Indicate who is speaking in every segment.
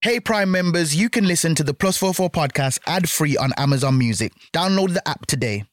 Speaker 1: Hey, Prime members, you can listen to the Plus 44 podcast ad free on Amazon Music. Download the app today.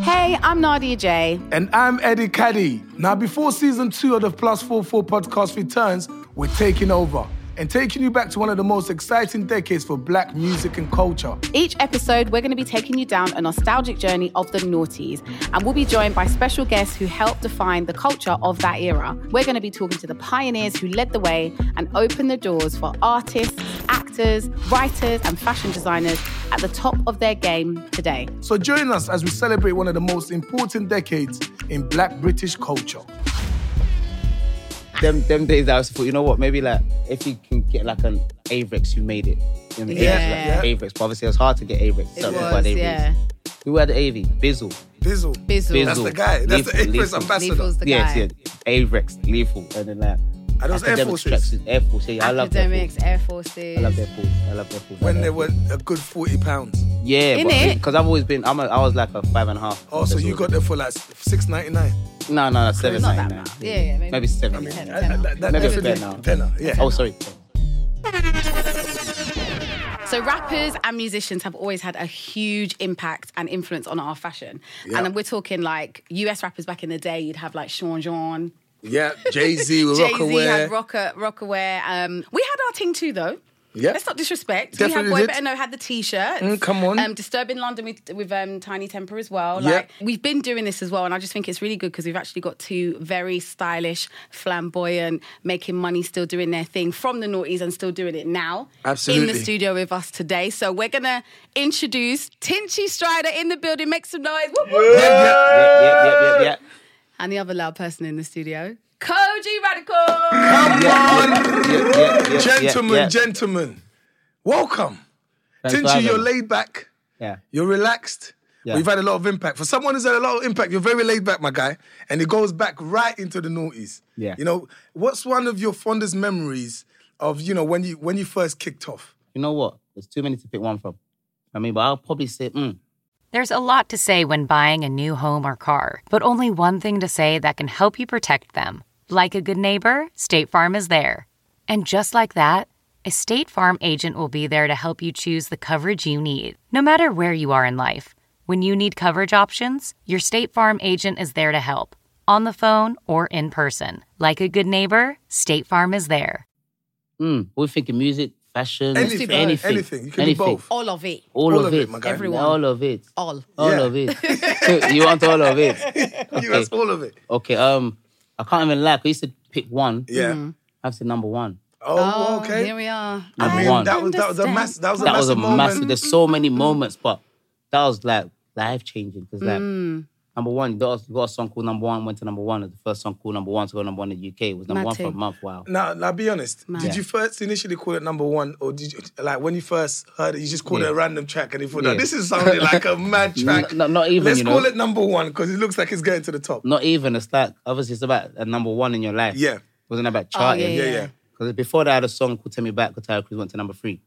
Speaker 2: Hey, I'm Nadia J.
Speaker 3: And I'm Eddie Caddy. Now, before season two of the Plus 44 podcast returns, we're taking over and taking you back to one of the most exciting decades for black music and culture.
Speaker 2: Each episode, we're going to be taking you down a nostalgic journey of the noughties, and we'll be joined by special guests who helped define the culture of that era. We're going to be talking to the pioneers who led the way and opened the doors for artists, actors, writers, and fashion designers at the top of their game today.
Speaker 3: So join us as we celebrate one of the most important decades in black British culture.
Speaker 4: them them days that I was thought, you know what, maybe like if you can get like an Avrex, you made it. You know,
Speaker 3: Yeah.
Speaker 4: Like Avrex. But obviously it was hard to get Avrex.
Speaker 5: It
Speaker 4: Certain people
Speaker 5: was,
Speaker 4: had Avrex.
Speaker 5: yeah.
Speaker 4: Who had Avy? Bizzle.
Speaker 3: Bizzle.
Speaker 5: Bizzle.
Speaker 4: Bizzle.
Speaker 3: That's the guy. That's the
Speaker 4: Lethal,
Speaker 3: Air Force
Speaker 4: lethal.
Speaker 3: ambassador.
Speaker 5: Lethal. the
Speaker 4: yes,
Speaker 5: guy.
Speaker 4: yeah. Avrex, lethal. And then like
Speaker 3: And those Air
Speaker 4: academic
Speaker 3: Forces.
Speaker 4: tracksuits, Air Force, yeah, I love Air
Speaker 5: Academics,
Speaker 4: Force.
Speaker 5: Air
Speaker 4: I love
Speaker 5: Forces.
Speaker 4: Air Force. I love Air Force. I
Speaker 3: When
Speaker 4: love
Speaker 3: they
Speaker 4: Air
Speaker 3: were
Speaker 4: Force.
Speaker 3: a good 40 pounds.
Speaker 4: yeah,
Speaker 5: Innit?
Speaker 4: because I've always been, I'm a, I was like a five and a half.
Speaker 3: Oh, so
Speaker 4: That's
Speaker 3: you
Speaker 4: all.
Speaker 3: got them for like six ninety nine.
Speaker 4: no, no, no, seven,
Speaker 5: Not
Speaker 4: nine,
Speaker 5: that
Speaker 4: nine.
Speaker 5: much. Yeah, yeah, maybe-
Speaker 4: maybe seven.
Speaker 3: I mean,
Speaker 5: Ten-
Speaker 3: I- I-
Speaker 5: tenner.
Speaker 3: that, that
Speaker 4: Maybe
Speaker 3: that's a
Speaker 4: it's better now.
Speaker 3: tenner, yeah.
Speaker 4: Oh, sorry.
Speaker 2: So, rappers and musicians have always had a huge impact and influence on our fashion. And then we're talking like US rappers back in the day, you'd have like Sean John.
Speaker 3: yeah, Jay Z with
Speaker 2: Jay
Speaker 3: Rock
Speaker 2: Z had
Speaker 3: Aware.
Speaker 2: Rocker, Rockaware. Um, we had our thing too, though.
Speaker 3: Yeah.
Speaker 2: Let's not disrespect. we
Speaker 3: Definitely
Speaker 2: had Boy
Speaker 3: did.
Speaker 2: Better Know had the T-shirt.
Speaker 3: Mm, come on.
Speaker 2: Um, Disturbing London with, with um, Tiny Temper as well.
Speaker 3: Yeah.
Speaker 2: Like we've been doing this as well, and I just think it's really good because we've actually got two very stylish, flamboyant, making money, still doing their thing from the noughties and still doing it now. In
Speaker 3: Absolutely.
Speaker 2: the studio with us today, so we're gonna introduce Tinchy Strider in the building. Make some noise. Whoop, whoop, whoop.
Speaker 4: Yeah, yeah, yeah, yeah, yeah.
Speaker 2: And the other loud person in the studio, Koji Radical.
Speaker 4: Yeah, yeah, yeah, yeah,
Speaker 3: Gentlemen,
Speaker 4: yeah.
Speaker 3: gentlemen, welcome.
Speaker 4: Thanks for
Speaker 3: Tinti,
Speaker 4: having
Speaker 3: you're
Speaker 4: me.
Speaker 3: laid back.
Speaker 4: Yeah.
Speaker 3: You're relaxed.
Speaker 4: Yeah.
Speaker 3: We've had a lot of impact. For someone who's had a lot of impact, you're very laid back, my guy. And it goes back right into the noughties.
Speaker 4: Yeah.
Speaker 3: You know, what's one of your fondest memories of, you know, when you when you first kicked off?
Speaker 4: you know what? There's too many to pick one from. I mean, but I'll probably say, mm,
Speaker 6: There's a lot to say when buying a new home or car, but only one thing to say that can help you protect them. Like a good neighbor, State Farm is there. And just like that, a State Farm agent will be there to help you choose the coverage you need, no matter where you are in life. When you need coverage options, your State Farm agent is there to help, on the phone or in person. Like a good neighbor, State Farm is there.
Speaker 4: mm. We're thinking music, fashion,
Speaker 3: Anything,
Speaker 4: anything,
Speaker 3: anything. You can do both.
Speaker 2: All of it.
Speaker 4: All, of, it,
Speaker 3: my guy.
Speaker 2: Everyone.
Speaker 4: all of it,
Speaker 2: All.
Speaker 4: all
Speaker 3: Yeah.
Speaker 4: of it. you want all of it?
Speaker 3: Yeah, That's all of it.
Speaker 4: Okay. Um, I can't even lie. 'cause I used to pick one.
Speaker 3: Yeah.
Speaker 4: I've said number one.
Speaker 3: Oh, okay.
Speaker 2: Here we are.
Speaker 4: Number
Speaker 3: I mean,
Speaker 4: one.
Speaker 3: that was that was a mass that was a
Speaker 4: that was
Speaker 3: massive
Speaker 4: a
Speaker 3: moment.
Speaker 4: massive. There's so many moments, but that was like life changing because like number one, there was, got a song called Number One, went to number one. The first song called Number One to go number one in the UK It was number one for a
Speaker 2: Matty.
Speaker 4: month. Wow.
Speaker 3: Now, now be honest. Did
Speaker 4: Yeah.
Speaker 3: you first initially call it number one, or did you like when you first heard it, you just called it a
Speaker 4: Yeah.
Speaker 3: random track and you thought, "Now,
Speaker 4: Yeah.
Speaker 3: this is sounding like a mad track.
Speaker 4: No, no, not even,
Speaker 3: Let's
Speaker 4: you know.
Speaker 3: call it number one because it looks like it's getting to the top.
Speaker 4: Not even. It's like obviously it's about a number one in your life.
Speaker 3: Yeah.
Speaker 4: It wasn't about
Speaker 2: Oh,
Speaker 4: charting.
Speaker 3: yeah, yeah.
Speaker 4: Because before that, I had a song called Take Me Back, because Tyra Cruz went to number three.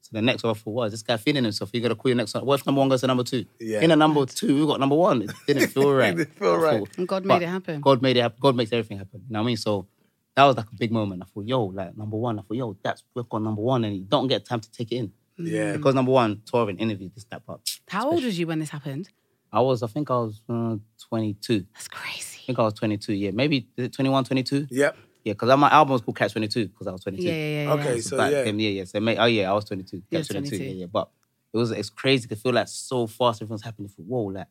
Speaker 4: So the next one I thought, what is this guy feeling himself? You got to call your next one. What if number one goes to number two?
Speaker 3: Yeah.
Speaker 4: In a number two, we got number one. It didn't feel right.
Speaker 3: didn't feel
Speaker 4: I
Speaker 3: right.
Speaker 4: thought,
Speaker 2: And God
Speaker 4: but
Speaker 2: made it happen.
Speaker 4: God made it happen. God makes everything happen. You know what I mean? So that was like a big moment. I thought, yo, like number one. I thought, yo, that's we're on number one, and you don't get time to take it in.
Speaker 3: Yeah.
Speaker 4: Because number one, touring, interviews, this, that part.
Speaker 2: How old was you when this happened?
Speaker 4: I was, I think I was uh, 22.
Speaker 2: That's
Speaker 4: I
Speaker 2: crazy.
Speaker 4: think I was 22, yeah. Maybe is it 21, 22?
Speaker 3: Yep.
Speaker 4: Yeah, because my album was called Catch 22 because I was 22.
Speaker 2: Yeah, yeah, yeah.
Speaker 3: Okay, so
Speaker 4: back
Speaker 3: yeah.
Speaker 4: then, yeah, yeah. So, mate, oh, yeah, I was 22.
Speaker 2: You
Speaker 4: Yeah,
Speaker 2: was
Speaker 4: 22.
Speaker 2: 22.
Speaker 4: Yeah, yeah. But it was, it's crazy to feel like so fast everything's happening. For, whoa, like,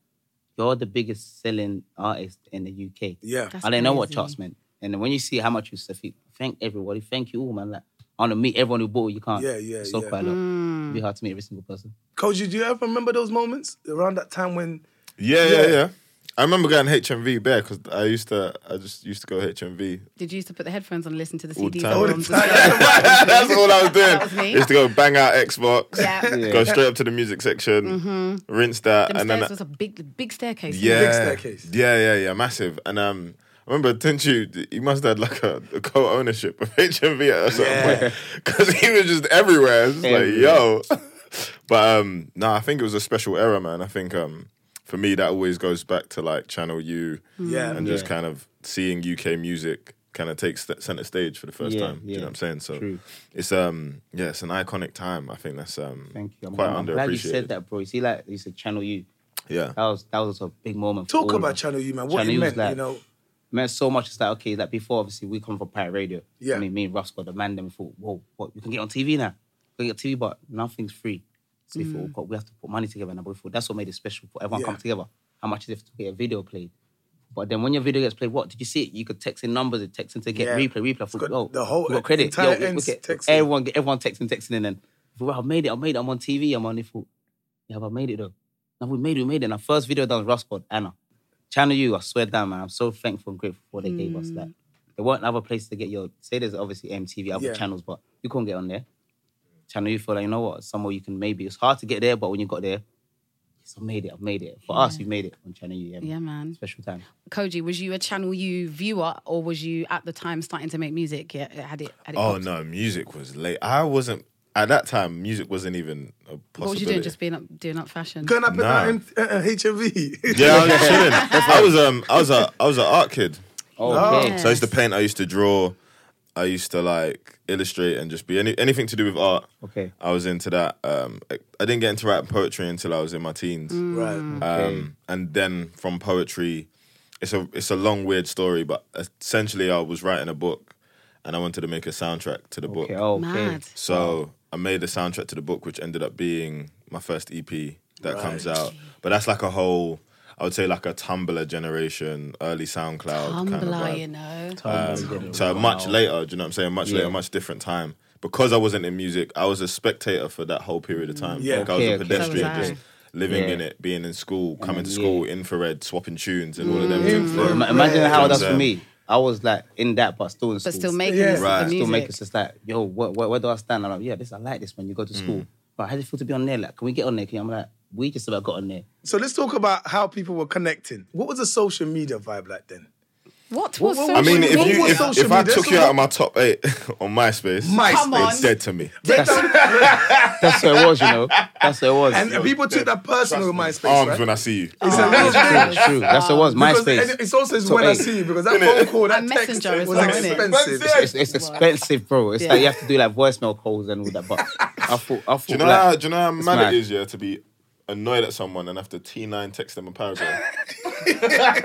Speaker 4: you're the biggest selling artist in the UK.
Speaker 3: Yeah.
Speaker 2: That's
Speaker 4: I didn't know what
Speaker 2: crazy.
Speaker 4: charts meant. And then when you see how much you succeed, thank everybody, thank you all, man. Like, I want to meet everyone who bought you can't.
Speaker 3: Yeah, yeah,
Speaker 4: So
Speaker 3: yeah.
Speaker 4: quite a lot.
Speaker 2: Mm.
Speaker 4: It'd be hard to meet every single person.
Speaker 3: Koji, do you ever remember those moments around that time when?
Speaker 7: Yeah, yeah,
Speaker 3: Yeah.
Speaker 7: yeah. I remember going HMV bare because I used to, I just used to go HMV.
Speaker 2: Did you used to put the headphones on and listen to the
Speaker 7: All the
Speaker 2: CDs?
Speaker 7: time.
Speaker 2: or
Speaker 7: All the
Speaker 2: albums?
Speaker 7: That's all I was doing.
Speaker 2: was me.
Speaker 7: Used to go bang out Xbox,
Speaker 2: Yeah. Mm-hmm.
Speaker 7: go straight up to the music section, rinse that,
Speaker 2: Them
Speaker 7: and
Speaker 2: stairs
Speaker 7: then
Speaker 2: was a big, big staircase.
Speaker 7: yeah,
Speaker 3: staircase.
Speaker 7: yeah, yeah, yeah, massive. And um, I remember Tenchu, he must have had like a, a co-ownership of HMV at a certain point because he was just everywhere. It's just like yo, but um, no, I think it was a special era, man. I think um, for me that always goes back to like Channel U,
Speaker 3: Yeah.
Speaker 7: and just kind of seeing UK music kind of takes st- center stage for the first
Speaker 4: Yeah,
Speaker 7: time. Do you
Speaker 4: yeah.
Speaker 7: know what I'm saying? So
Speaker 4: True.
Speaker 7: it's um yeah, it's an iconic time. I think that's um
Speaker 4: Thank you. I'm,
Speaker 7: quite
Speaker 4: I'm
Speaker 7: underappreciated.
Speaker 4: glad you said that, bro. You see, like you said, Channel U.
Speaker 7: Yeah.
Speaker 4: That was that was a big moment. for all
Speaker 3: Talk
Speaker 4: of
Speaker 3: about
Speaker 4: us.
Speaker 3: Channel U, man. What
Speaker 4: Channel
Speaker 3: it
Speaker 4: U was
Speaker 3: meant,
Speaker 4: like-
Speaker 3: you know.
Speaker 4: meant so much. It's like okay, like before, obviously we come from pirate radio.
Speaker 3: Yeah.
Speaker 4: I mean, me and Russ got the man. Then we thought, whoa, what? You can get on TV now. We can get TV, but nothing's free. So we thought, but we have to put money together. And we thought that's what made it special. For everyone
Speaker 3: Mm. Yeah.
Speaker 4: come together. How much is it to get a video played? But then when your video gets played, what did you see? It you could text in numbers, and text in to get
Speaker 3: Yeah.
Speaker 4: replay, replay. I thought,
Speaker 3: got
Speaker 4: "Yo,
Speaker 3: the whole
Speaker 4: we got credit.
Speaker 3: entire
Speaker 4: Yo, we- we
Speaker 3: end's
Speaker 4: get-
Speaker 3: texting.
Speaker 4: Everyone, get- everyone texting, texting, and then well, I've made it. I've made it. I'm on TV. I'm on. They thought, yeah, but I made it though. Now we made it. We made it. And our first video that was Russ called Anna. Channel U, I swear down, man. I'm so thankful and grateful for what they gave us. That there weren't other places to get your say there's obviously MTV, other
Speaker 3: Yeah.
Speaker 4: channels, but you couldn't get on there. Channel U feel like, you know what, somewhere you can maybe it's hard to get there, but when you got there, yes, I made it, I've made it. For us, we made it on Channel U, yeah. man.
Speaker 2: Yeah, man.
Speaker 4: Special time.
Speaker 2: Koji, was you a Channel U viewer or was you at the time starting to make music? Yeah, had it. Had it
Speaker 7: Oh
Speaker 2: popped?
Speaker 7: no, music was late. I wasn't at that time. Music wasn't even a possibility.
Speaker 2: What was you doing? Just being up, doing up fashion.
Speaker 3: Going up
Speaker 7: Nah.
Speaker 3: and down uh, uh, HMV.
Speaker 7: yeah, I was chilling. I was um, I was a, I was an art kid.
Speaker 4: Okay.
Speaker 7: So I used to paint. I used to draw. I used to like illustrate and just be any, anything to do with art.
Speaker 4: Okay.
Speaker 7: I was into that. Um, I, I didn't get into writing poetry until I was in my teens.
Speaker 2: Mm.
Speaker 3: right.
Speaker 7: Um, and then from poetry, it's a it's a long weird story, but essentially I was writing a book, and I wanted to make a soundtrack to the book.
Speaker 4: Okay, okay.
Speaker 2: Mad.
Speaker 7: So I made a soundtrack to the book, which ended up being my first EP that comes out. But that's like a whole, I would say, like a Tumblr generation, early SoundCloud kind of
Speaker 2: Tumblr,
Speaker 7: vibe.
Speaker 2: you know.
Speaker 4: Um,
Speaker 7: So much later, do you know what I'm saying? Much later,
Speaker 4: Yeah.
Speaker 7: much different time. Because I wasn't in music, I was a spectator for that whole period of time.
Speaker 3: Yeah.
Speaker 7: like
Speaker 4: Okay,
Speaker 7: I was
Speaker 4: okay.
Speaker 7: a
Speaker 4: So
Speaker 7: pedestrian,
Speaker 2: was I.
Speaker 7: just living
Speaker 4: Yeah.
Speaker 7: in it, being in school, coming to
Speaker 4: yeah.
Speaker 7: school, infrared, swapping tunes, and all of them things.
Speaker 4: Bro, ima-
Speaker 7: Yeah.
Speaker 4: Imagine how that's for
Speaker 7: Um,
Speaker 4: me. I was like in that, but still in school.
Speaker 2: But still making
Speaker 3: Yeah.
Speaker 2: this
Speaker 7: Right.
Speaker 2: the
Speaker 7: Still
Speaker 2: music.
Speaker 4: Still making it's just like, yo, where, where, where do I stand? I'm like, yeah, this I like this when you go to school. But how does it feel to be on there? Like, can we get on there? Can you? I'm like, we just about got on there.
Speaker 3: So let's talk about how people were connecting. What was the social media vibe like then?
Speaker 2: What was
Speaker 3: What-
Speaker 2: social
Speaker 7: I mean, if
Speaker 2: media?
Speaker 7: you
Speaker 3: was
Speaker 7: if,
Speaker 3: social
Speaker 7: if I
Speaker 3: media?
Speaker 7: took
Speaker 3: So
Speaker 7: you
Speaker 3: what-
Speaker 7: out of my top eight on MySpace,
Speaker 3: Come
Speaker 2: on.
Speaker 7: it's dead to me.
Speaker 4: That's what it was, you know. That's what it was.
Speaker 3: And people took that personal MySpace,
Speaker 7: Arms
Speaker 3: right?
Speaker 7: when I see you.
Speaker 3: It's a real thing.
Speaker 4: That's true. That's what it was.
Speaker 3: Because-
Speaker 4: MySpace.
Speaker 3: and It's also it's
Speaker 4: Top
Speaker 3: when I
Speaker 4: eight.
Speaker 3: see you because that phone call, that
Speaker 2: And
Speaker 3: text
Speaker 2: Messenger as
Speaker 3: was
Speaker 2: well, innit?
Speaker 3: expensive.
Speaker 4: It's, it's expensive, bro. It's like you have to do like voicemail calls and all that. But I thought, I thought,
Speaker 7: Do you know
Speaker 4: like,
Speaker 7: how do you know how mad,
Speaker 4: mad.
Speaker 7: it is, yeah, to be annoyed at someone and have to T nine text them a paragraph.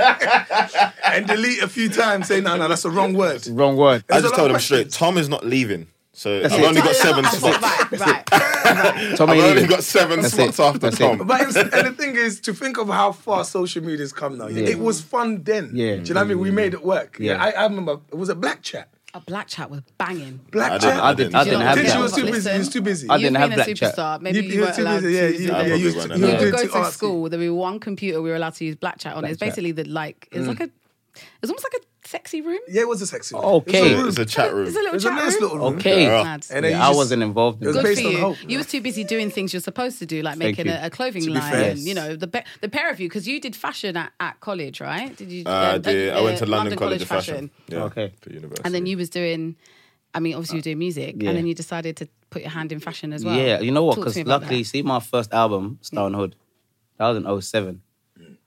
Speaker 3: And delete a few times, say no, no, that's the wrong word.
Speaker 4: wrong word.
Speaker 7: I
Speaker 3: There's a
Speaker 7: just
Speaker 3: lot
Speaker 7: told
Speaker 3: of
Speaker 7: them straight,
Speaker 3: questions.
Speaker 7: Tom is not leaving. So I've only got seven spots.
Speaker 2: Right, right.
Speaker 4: Tommy
Speaker 7: I've only
Speaker 4: Lee.
Speaker 7: got seven
Speaker 4: That's
Speaker 7: spots
Speaker 4: it.
Speaker 7: after
Speaker 4: That's it.
Speaker 7: Tom.
Speaker 3: But it was, and the thing is, to think of how far social media's come now, yeah.
Speaker 4: Yeah.
Speaker 3: it was fun then.
Speaker 4: Yeah. Mm-hmm.
Speaker 3: Do you know what I mean? We made it work. Yeah.
Speaker 4: Yeah.
Speaker 3: I, I remember it was a black chat.
Speaker 2: A black chat was banging.
Speaker 7: I
Speaker 3: Black
Speaker 7: didn't,
Speaker 3: chat.
Speaker 7: I didn't,
Speaker 4: I didn't have
Speaker 3: Didn't
Speaker 4: that.
Speaker 3: you was too
Speaker 2: Listen.
Speaker 3: busy? You was too busy.
Speaker 4: I didn't
Speaker 2: You've
Speaker 4: have
Speaker 2: been a
Speaker 4: Black Chat.
Speaker 2: superstar. Maybe you,
Speaker 3: you were
Speaker 2: weren't
Speaker 3: too
Speaker 2: allowed
Speaker 3: busy.
Speaker 2: to
Speaker 3: Yeah,
Speaker 2: use
Speaker 3: you,
Speaker 2: it.
Speaker 7: I
Speaker 3: yeah, you
Speaker 7: probably
Speaker 3: was
Speaker 7: won't
Speaker 3: too- you
Speaker 7: have that.
Speaker 3: were
Speaker 2: You would
Speaker 3: doing
Speaker 2: go
Speaker 3: too
Speaker 2: to
Speaker 3: artsy.
Speaker 2: school, then we were one computer we were allowed to use Black Chat on. it was
Speaker 4: Black Chat.
Speaker 2: basically the like,
Speaker 7: Mm.
Speaker 2: it was like a, it's almost like a sexy room.
Speaker 3: Yeah, it was a sexy. room.
Speaker 4: Okay.
Speaker 3: It was
Speaker 7: It's
Speaker 3: a, room.
Speaker 7: a chat room.
Speaker 2: It's a
Speaker 3: It
Speaker 2: little
Speaker 3: was a
Speaker 2: chat
Speaker 3: nice
Speaker 2: room.
Speaker 3: little room.
Speaker 4: Okay.
Speaker 7: Yeah.
Speaker 2: Mad.
Speaker 3: And then
Speaker 4: Yeah,
Speaker 3: you
Speaker 4: I
Speaker 3: just-
Speaker 4: wasn't involved in
Speaker 3: It was
Speaker 4: that.
Speaker 2: Good
Speaker 3: based
Speaker 2: for
Speaker 3: on
Speaker 2: you.
Speaker 3: hope,
Speaker 2: you was too busy doing things you're supposed to do, like
Speaker 4: Thank
Speaker 2: making
Speaker 4: you.
Speaker 2: a, a clothing
Speaker 3: To be
Speaker 2: line.
Speaker 3: fair.
Speaker 2: And, you know, the, pa- the pair of you, because you did fashion at, at college, right? Did you?
Speaker 7: Uh, I
Speaker 2: um,
Speaker 7: did.
Speaker 2: uh,
Speaker 7: I went to London, College of Fashion. Yeah,
Speaker 4: Okay.
Speaker 7: For university.
Speaker 2: And then you was doing. I mean, obviously you were doing music,
Speaker 4: yeah.
Speaker 2: and then you decided to put your hand in fashion as well.
Speaker 4: Yeah, you know what?
Speaker 2: Talk to
Speaker 4: Because
Speaker 2: me about
Speaker 4: luckily,
Speaker 2: that. Mm.
Speaker 4: see, my first album, Star and Hood, that was in 07.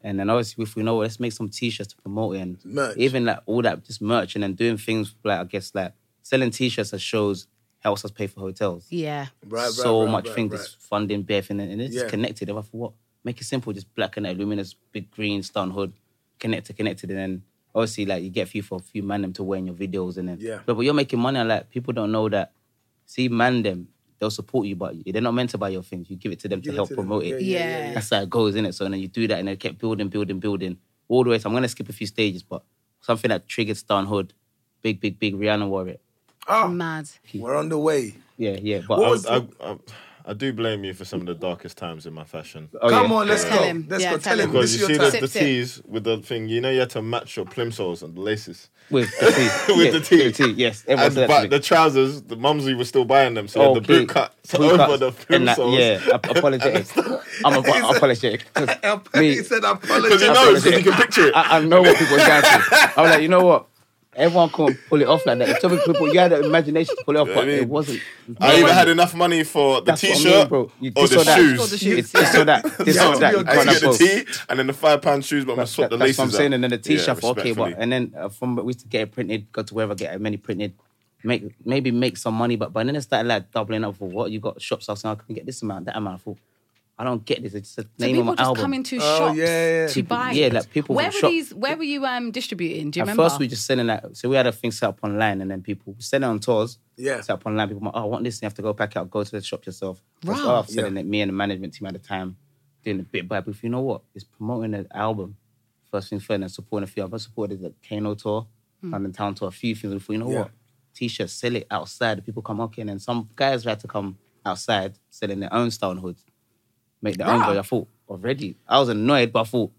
Speaker 4: And then obviously, if we know, let's make some t-shirts to promote it and
Speaker 3: Merch.
Speaker 4: even like all that, just merch and then doing things like I guess like selling t-shirts at shows helps us pay for hotels.
Speaker 2: yeah,
Speaker 3: Right, right,
Speaker 4: so
Speaker 3: right,
Speaker 4: much
Speaker 3: right,
Speaker 4: thing,
Speaker 3: right.
Speaker 4: this funding, bare thing, and it's
Speaker 3: Yeah.
Speaker 4: connected. And I thought, what? Make it simple, just black and luminous, big green, Star and Hood, connected, connected, and then obviously like you get a few for a few man them to wear in your videos, and then
Speaker 3: Yeah.
Speaker 4: but, but you're making money. and, Like people don't know that See, man, them they'll support you, but they're not meant to buy your things. You give it to them
Speaker 3: Give
Speaker 4: to
Speaker 3: it
Speaker 4: help
Speaker 3: to them.
Speaker 4: promote it.
Speaker 2: yeah, yeah, yeah.
Speaker 4: That's how it goes, isn't it? So then you do that, and they kept building, building, building all the way. So I'm gonna skip a few stages, but something that triggered Stan Hood, big, big, big Rihanna wore it.
Speaker 3: Oh,
Speaker 2: mad.
Speaker 3: we're on the way.
Speaker 4: Yeah, yeah. But um,
Speaker 3: What
Speaker 4: I
Speaker 3: was-
Speaker 7: I, I, I do blame you for some of the darkest times in my fashion.
Speaker 4: oh,
Speaker 3: Come
Speaker 4: yeah.
Speaker 3: on, let's
Speaker 2: Tell
Speaker 3: go.
Speaker 2: him.
Speaker 3: Let's
Speaker 2: Yeah,
Speaker 3: go.
Speaker 2: tell
Speaker 3: Tell him.
Speaker 2: him.
Speaker 7: Because
Speaker 3: This
Speaker 7: you
Speaker 3: is
Speaker 7: see
Speaker 3: your
Speaker 7: the,
Speaker 3: time.
Speaker 7: the
Speaker 2: Sip, sip.
Speaker 7: tees with the thing, you know, you had to match your plimsolls and the laces.
Speaker 4: with the tea.
Speaker 7: With
Speaker 4: Yeah,
Speaker 7: the tea.
Speaker 4: tea, Yes, everyone
Speaker 7: And,
Speaker 4: said that to
Speaker 7: but
Speaker 4: me.
Speaker 7: the trousers, the mumsy was still buying them, so the boot cut
Speaker 4: Boot
Speaker 7: over the
Speaker 4: cuts and that-
Speaker 7: plimsolls.
Speaker 4: Yeah, ap- apologetic. I'm a, apologetic. 'cause me-
Speaker 3: He said, I apologize.
Speaker 7: Because you know, because you can picture it.
Speaker 4: I, I know what people are going through. I'm like, you know what? Everyone couldn't pull it off like that. If some people, you had the imagination to pull it off,
Speaker 7: You know
Speaker 4: but
Speaker 7: what I mean?
Speaker 4: it wasn't.
Speaker 7: I even had enough money for the
Speaker 4: That's what I mean,
Speaker 7: t-shirt
Speaker 4: bro. You
Speaker 7: or
Speaker 4: this or
Speaker 7: the
Speaker 4: that.
Speaker 7: shoes.
Speaker 4: Or the shoes. It's this or that. This
Speaker 8: You have
Speaker 4: or
Speaker 8: to
Speaker 4: that.
Speaker 8: be
Speaker 4: You
Speaker 8: on
Speaker 7: I
Speaker 4: can't
Speaker 7: used
Speaker 4: have
Speaker 7: to get
Speaker 4: both.
Speaker 7: the tee and then the five pound shoes, but I'm gonna
Speaker 4: That's,
Speaker 7: swap
Speaker 4: that,
Speaker 7: the
Speaker 4: that's
Speaker 7: laces.
Speaker 4: what I'm saying.
Speaker 7: out.
Speaker 4: And then the
Speaker 7: Yeah,
Speaker 4: T-shirt, for okay,
Speaker 7: respectfully.
Speaker 4: but and then uh, from we used to get it printed, go to wherever, get as many printed, make maybe make some money, but but then it started like doubling up for what you got shops asking, I can get this amount, that amount. I thought, I don't get this. It's just the
Speaker 2: So
Speaker 4: name of my
Speaker 2: people just
Speaker 4: album.
Speaker 2: come into
Speaker 8: Oh,
Speaker 2: shops
Speaker 8: yeah, yeah.
Speaker 2: to
Speaker 4: People-
Speaker 2: buy.
Speaker 4: yeah,
Speaker 2: it.
Speaker 4: like, people
Speaker 2: Where
Speaker 4: will
Speaker 2: were
Speaker 4: shop.
Speaker 2: these? Where were you um distributing? Do you
Speaker 4: At
Speaker 2: remember?
Speaker 4: first, we just selling that. So we had a thing set up online, and then people we sell it on tours.
Speaker 8: Yeah.
Speaker 4: Set up online. People, oh, I want this. And you have to go pack it up, go to the shop yourself. Right.
Speaker 2: Wow.
Speaker 4: selling it. Me and the management team at the time doing a bit by. But if you know what, it's promoting the album. First things first, and supporting a few. I've supported the Kano tour,
Speaker 2: Hmm.
Speaker 4: London Town tour, a few things. If you know
Speaker 8: Yeah.
Speaker 4: what, t-shirts, sell it outside. People come up in, and some guys had to come outside selling their own style hoods, make their own.
Speaker 2: Right.
Speaker 4: But I thought already, I was annoyed, but I thought.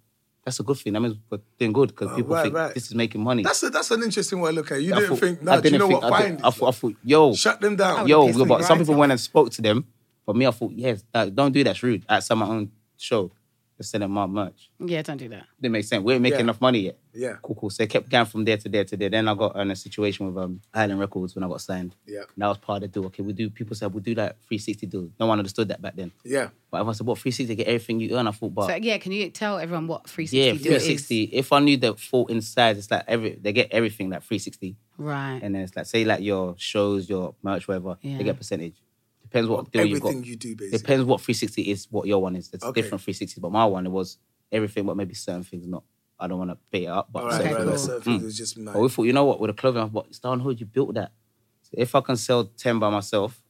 Speaker 4: That's a good thing. That means we're doing good because people
Speaker 8: right,
Speaker 4: think
Speaker 8: right.
Speaker 4: this is making money.
Speaker 8: That's a, that's an interesting way to look at it. You
Speaker 4: I
Speaker 8: didn't
Speaker 4: thought-
Speaker 8: think, nah, do you know what?
Speaker 4: I,
Speaker 8: Find
Speaker 4: did, I, thought, I thought, yo,
Speaker 8: Shut them down.
Speaker 4: yo,
Speaker 2: pissed me
Speaker 4: but some
Speaker 8: right
Speaker 4: people went and spoke to them. But me, I thought, yes, uh, don't do that. It's rude. At some my own show, they're selling my merch.
Speaker 2: yeah, don't do that.
Speaker 4: Didn't make sense. We ain't making
Speaker 8: Yeah.
Speaker 4: enough money yet.
Speaker 8: Yeah.
Speaker 4: Cool, cool. So it kept going from there to there to there. Then I got in a situation with um, Island Records when I got signed.
Speaker 8: Yeah.
Speaker 4: And that was part of the deal. Okay, we do, people said, we'll do that 360 deal. No one understood that back then.
Speaker 8: Yeah.
Speaker 4: But everyone said, what, 360 get everything you earn? I thought, but
Speaker 2: So yeah, can you tell everyone what 360
Speaker 4: yeah,
Speaker 2: do is?
Speaker 4: 360. If I knew the full inside, it's like every, they get everything like 360.
Speaker 2: Right.
Speaker 4: And then it's like, say, like your shows, your merch, whatever,
Speaker 2: Yeah.
Speaker 4: they get percentage. Depends what deal you got.
Speaker 8: Everything you do, basically.
Speaker 4: Depends what 360 is, what your one is. It's
Speaker 8: Okay.
Speaker 4: different 360, but my one, it was everything, but maybe certain things not. I don't want to pay it up, but
Speaker 8: All right,
Speaker 4: certain
Speaker 8: right,
Speaker 4: things.
Speaker 8: that's
Speaker 2: cool.
Speaker 8: something that's just mad.
Speaker 4: But we thought, you know what, with a clothing, but it's down hood, you built that. So if I can sell 10 by myself,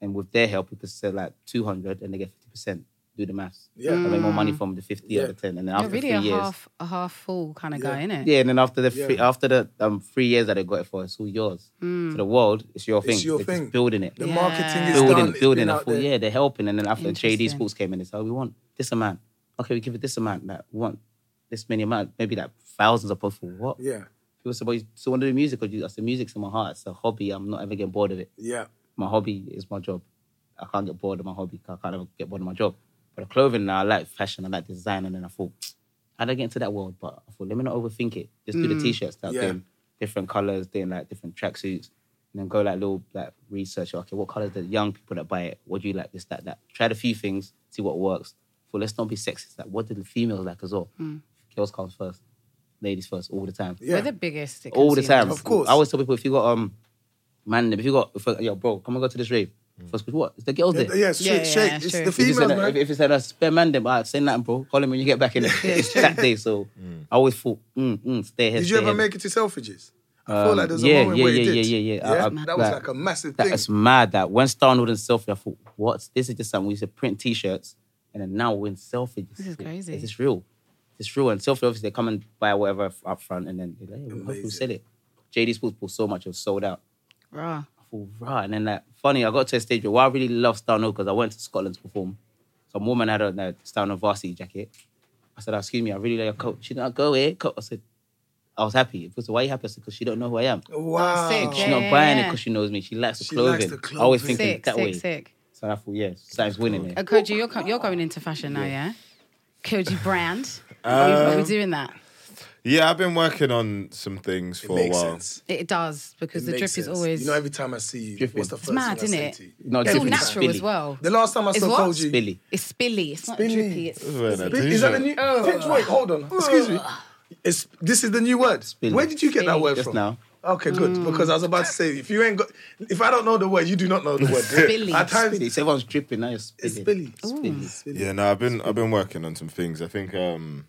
Speaker 4: and with their help, we could sell like 200 and they get 50%. Do the maths.
Speaker 8: Yeah.
Speaker 4: I make more money from the 50
Speaker 8: Mm. Yeah.
Speaker 4: or the 10. And
Speaker 2: You're
Speaker 4: then after
Speaker 2: really
Speaker 4: three
Speaker 2: a
Speaker 4: years.
Speaker 2: half a half full kind of guy, innit?
Speaker 4: Yeah, and then after the three,
Speaker 8: Yeah. Hmm.
Speaker 4: after the um, three years that they got it for, it's all yours. To the world, it's your thing.
Speaker 8: your
Speaker 4: They're just
Speaker 8: thing.
Speaker 4: building it
Speaker 8: The marketing is
Speaker 4: building,
Speaker 8: done. It's
Speaker 4: building.
Speaker 8: been
Speaker 4: I
Speaker 8: out
Speaker 4: thought,
Speaker 8: there.
Speaker 4: yeah, they're helping. And then after JD
Speaker 2: Interesting.
Speaker 4: Sports came in, it's oh, we want this amount. Okay, we give it this amount. Like, we want this many amount, maybe like thousands of people. What?
Speaker 8: Yeah,
Speaker 4: People say, well, you still want to do music? Or do you, I said, music's in my heart. It's a hobby. I'm not ever getting bored of it.
Speaker 8: yeah.
Speaker 4: My hobby is my job. I can't get bored of my hobby. I can't ever get bored of my job. But the clothing now, I like fashion. I like design. And then I thought, how did I get into that world? But I thought, let me not overthink it. Just do the t-shirts. Start
Speaker 8: Hmm, Yeah.
Speaker 4: doing different colors, doing like different tracksuits. And then go like little like research. Okay, what colors the young people that buy it? What do you like? This, that, that. Try the few things, see what works. For let's not be sexist. Like, what do the females like as well? Girls come first, ladies first, all the time
Speaker 8: Hmm. Yeah.
Speaker 2: We're the biggest. at
Speaker 4: all the
Speaker 2: consumers.
Speaker 4: time.
Speaker 8: Of course.
Speaker 4: I always tell people if you got um man, if you got if, uh, yo bro, come and go to this rave. First, but what? It's the girls
Speaker 8: Yeah,
Speaker 4: there.
Speaker 8: yeah, it's
Speaker 2: Yeah,
Speaker 8: shake,
Speaker 2: yeah,
Speaker 8: shake.
Speaker 2: that's
Speaker 8: It's
Speaker 2: true.
Speaker 8: the
Speaker 4: If you,
Speaker 8: females,
Speaker 4: said,
Speaker 8: man.
Speaker 4: if, if you said a spare man, then I say nothing, bro. Call him when you get back in it. it's that day, so I always thought, mm, mm, stay ahead.
Speaker 8: Did you
Speaker 4: stay
Speaker 8: ever
Speaker 4: ahead.
Speaker 8: make it to Selfridges? I feel like there's
Speaker 4: yeah,
Speaker 8: a moment
Speaker 4: yeah,
Speaker 8: where
Speaker 4: yeah,
Speaker 8: you did.
Speaker 4: yeah, yeah, yeah. I- I-
Speaker 8: that was
Speaker 4: like-
Speaker 8: like a massive
Speaker 4: That
Speaker 8: thing.
Speaker 4: is mad. That when Starnold and Selfridge, I thought, what? This is just something we used to print T-shirts, and then now we're in Selfridge. This
Speaker 2: is crazy.
Speaker 4: Is this real? It's real. And Selfridge, obviously, they come and buy whatever f- up front, and then they're like, hey, we hope we sell it. JD Sports bought so much, it was sold out.
Speaker 2: Rah.
Speaker 4: Well, right. And then like funny, I got to a stage where I really loved Starno because I went to Scotland to perform. Some woman had on a Starno varsity jacket. I said, "Oh, excuse me, I really like your coat. She did not go here. Coat. I said, I was happy. Because why are you happy? I said, because she don't know who I am.
Speaker 3: Oh,
Speaker 8: wow.
Speaker 2: Sick,
Speaker 4: She's
Speaker 2: yeah,
Speaker 4: not
Speaker 2: yeah,
Speaker 4: buying it
Speaker 2: yeah.
Speaker 4: because she knows me. She likes the
Speaker 8: She
Speaker 4: clothing.
Speaker 8: likes the
Speaker 4: I always
Speaker 8: clothing.
Speaker 4: thinking
Speaker 2: Sick,
Speaker 4: that way.
Speaker 2: sick, sick.
Speaker 4: So I thought, yes, something's winning here.
Speaker 2: Uh, Koji, you're, co- you're going into fashion now, yeah? Koji brand. are,
Speaker 8: Um,
Speaker 2: we, are we doing that?
Speaker 7: Yeah, I've been working on some things for a
Speaker 8: makes
Speaker 7: while.
Speaker 8: sense.
Speaker 2: It does
Speaker 8: It
Speaker 2: because the
Speaker 8: makes
Speaker 2: drip
Speaker 8: sense.
Speaker 2: is always.
Speaker 8: You know, every time I see you,
Speaker 4: Dripping.
Speaker 8: what's the
Speaker 4: It's
Speaker 8: first
Speaker 2: mad,
Speaker 8: thing I say
Speaker 2: innit?
Speaker 8: to you?
Speaker 4: No,
Speaker 2: it's all
Speaker 4: different.
Speaker 2: natural
Speaker 4: Billy.
Speaker 2: as well.
Speaker 8: The last time I
Speaker 2: It's
Speaker 8: saw
Speaker 2: what?
Speaker 8: Koji,
Speaker 4: Billy.
Speaker 2: It's spilly. It's not
Speaker 8: Spilly.
Speaker 2: drippy. It's
Speaker 7: Wearing a
Speaker 8: is that the
Speaker 7: t-shirt.
Speaker 8: new?
Speaker 2: Oh.
Speaker 8: Finch, wait, hold on. Excuse me. It's this is the new word. Where did you get that word
Speaker 4: Just
Speaker 8: from?
Speaker 4: now.
Speaker 8: Okay, good.
Speaker 2: Mm.
Speaker 8: Because I was about to say, if you ain't got, if I don't know the word, you do not know the word.
Speaker 2: Spilly.
Speaker 8: At times,
Speaker 4: Billy. So everyone's dripping. Now you're spilling.
Speaker 8: it's spilly.
Speaker 4: Spilly.
Speaker 7: Yeah, no, I've been I've been working on some things. I think um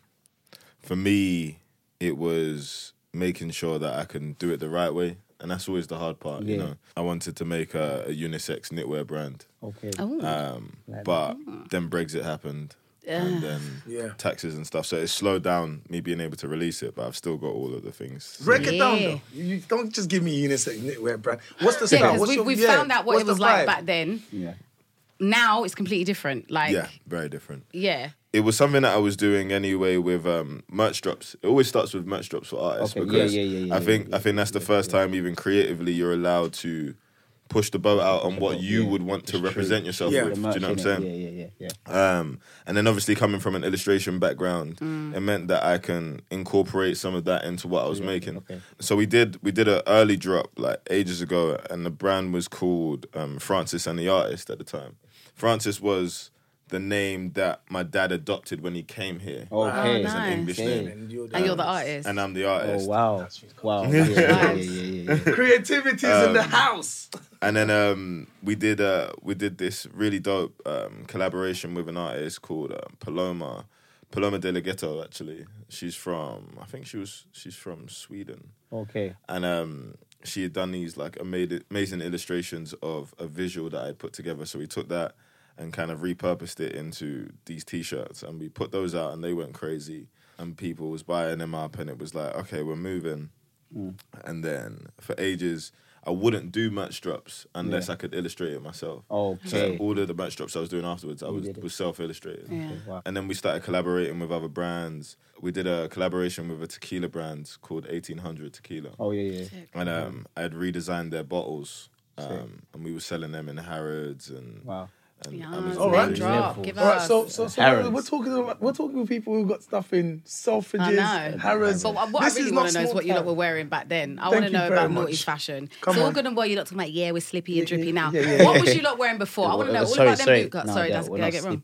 Speaker 7: for me it was making sure that I can do it the right way. And that's always the hard part, you
Speaker 4: Yeah.
Speaker 7: know. I wanted to make a, a unisex knitwear brand.
Speaker 4: Okay.
Speaker 7: Um, but then Brexit happened, and then
Speaker 8: Yeah.
Speaker 7: taxes and stuff. So it slowed down me being able to release it, but I've still got all of the things.
Speaker 8: Break it down,
Speaker 2: Yeah.
Speaker 8: though. You- You don't just give me unisex knitwear brand. What's the
Speaker 2: Yeah,
Speaker 8: style?
Speaker 2: because
Speaker 8: What's
Speaker 2: we,
Speaker 8: your-
Speaker 2: we
Speaker 8: yeah,
Speaker 2: found out what
Speaker 8: what's
Speaker 2: it
Speaker 8: the
Speaker 2: was like
Speaker 8: vibe?
Speaker 2: back then.
Speaker 4: Yeah.
Speaker 2: Now it's completely different. Like,
Speaker 7: Yeah,
Speaker 2: yeah.
Speaker 7: very different. It was something that I was doing anyway with um, merch drops. It always starts with merch drops for artists
Speaker 4: Okay, yeah,
Speaker 7: because
Speaker 4: yeah, yeah, yeah,
Speaker 7: I think
Speaker 4: yeah,
Speaker 7: I think that's the first time even creatively you're allowed to push the boat out on what you would want to represent yourself
Speaker 8: Yeah.
Speaker 7: with. Do you know what I'm
Speaker 4: Merch, innit?
Speaker 7: saying?
Speaker 4: Yeah, yeah, yeah, yeah.
Speaker 7: Um, and then obviously coming from an illustration background, it meant that I can incorporate some of that into what I was making. So we did we did an early drop like ages ago, and the brand was called um, Francis and the Artist at the time. Francis was the name that my dad adopted when he came here.
Speaker 4: Okay.
Speaker 7: It's an
Speaker 2: nice.
Speaker 7: English
Speaker 4: Okay.
Speaker 7: name,
Speaker 8: And you're
Speaker 2: And you're the
Speaker 8: done.
Speaker 2: artist.
Speaker 7: and I'm the artist.
Speaker 4: Oh wow! Wow! Yeah, yeah, yeah, yeah, yeah.
Speaker 8: Creativity's in
Speaker 4: Um,
Speaker 8: the house.
Speaker 7: And then um, we did uh, we did this really dope um, collaboration with an artist called uh, Paloma Paloma De La Ghetto. Actually, she's from I think she was she's from Sweden,
Speaker 4: Okay.
Speaker 7: and um, she had done these like amazing amazing illustrations of a visual that I had put together. So we took that and kind of repurposed it into these t-shirts, and we put those out, and they went crazy, and people was buying them up, and it was like, okay, we're moving
Speaker 4: Mm.
Speaker 7: and then for ages I wouldn't do merch drops unless I could illustrate it myself.
Speaker 4: Oh, Okay.
Speaker 7: So all of the merch drops I was doing afterwards, I was, was self-illustrated.
Speaker 4: Wow.
Speaker 7: And then we started collaborating with other brands. We did a collaboration with a tequila brand called 1800 Tequila.
Speaker 4: Oh yeah, yeah.
Speaker 7: And um, I had redesigned their bottles um, and we were selling them in Harrods and...
Speaker 4: Wow.
Speaker 7: and
Speaker 2: Yeah,
Speaker 7: Amazon.
Speaker 2: name
Speaker 8: right.
Speaker 2: drop. Give
Speaker 8: All right,
Speaker 2: us.
Speaker 8: so so, so
Speaker 4: Harrods.
Speaker 8: we're, we're talking about we're talking with people who've got stuff in
Speaker 2: I
Speaker 8: Selfridges,
Speaker 2: know.
Speaker 8: Harrods.
Speaker 2: But what
Speaker 8: This
Speaker 2: I really
Speaker 8: is
Speaker 2: want
Speaker 8: not
Speaker 2: to know is
Speaker 8: small
Speaker 2: what you lot
Speaker 8: town.
Speaker 2: were wearing back then. I
Speaker 8: Thank
Speaker 2: want to
Speaker 8: you
Speaker 2: know
Speaker 8: very
Speaker 2: about naughty
Speaker 8: much.
Speaker 2: fashion.
Speaker 8: Come
Speaker 2: it's all
Speaker 8: on.
Speaker 2: good and well. You lot talking about yeah, we're slippy and drippy now.
Speaker 8: yeah, yeah,
Speaker 2: what
Speaker 8: yeah.
Speaker 2: was you lot wearing before? Oh, I want
Speaker 4: uh,
Speaker 2: to know all about them boot cuts. sorry, that's I get wrong.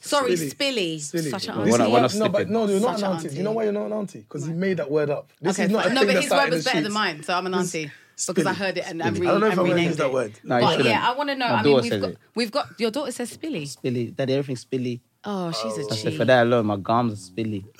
Speaker 2: Sorry, spilly.
Speaker 8: Silly.
Speaker 2: Such
Speaker 8: This
Speaker 2: an
Speaker 4: We're
Speaker 8: is
Speaker 2: auntie.
Speaker 4: not- we're
Speaker 8: why-
Speaker 4: not
Speaker 8: no, but
Speaker 4: slipping.
Speaker 8: no, you're not
Speaker 2: Such
Speaker 8: an
Speaker 2: an
Speaker 8: auntie.
Speaker 2: auntie.
Speaker 8: You know why you're not an auntie? Because he made that word up. This
Speaker 2: Okay,
Speaker 8: is not a
Speaker 2: fine. no,
Speaker 8: thing
Speaker 2: but
Speaker 8: that's
Speaker 2: his
Speaker 8: out
Speaker 2: word
Speaker 8: in the
Speaker 2: was better than
Speaker 8: streets.
Speaker 2: mine, so I'm an auntie because I heard it and I'm re-
Speaker 8: I don't know if
Speaker 2: and
Speaker 8: I'm going to
Speaker 2: renamed
Speaker 8: use that
Speaker 2: it.
Speaker 8: word.
Speaker 4: No, you
Speaker 2: but
Speaker 4: shouldn't.
Speaker 2: yeah, I want to know.
Speaker 4: My
Speaker 2: I mean,
Speaker 4: daughter
Speaker 2: we've
Speaker 4: says
Speaker 2: got,
Speaker 4: it.
Speaker 2: we've got your daughter says spilly.
Speaker 4: Spilly. Daddy, everything's spilly.
Speaker 2: Oh, she's a
Speaker 4: I said
Speaker 2: G.
Speaker 4: for that alone, my gums are spilly.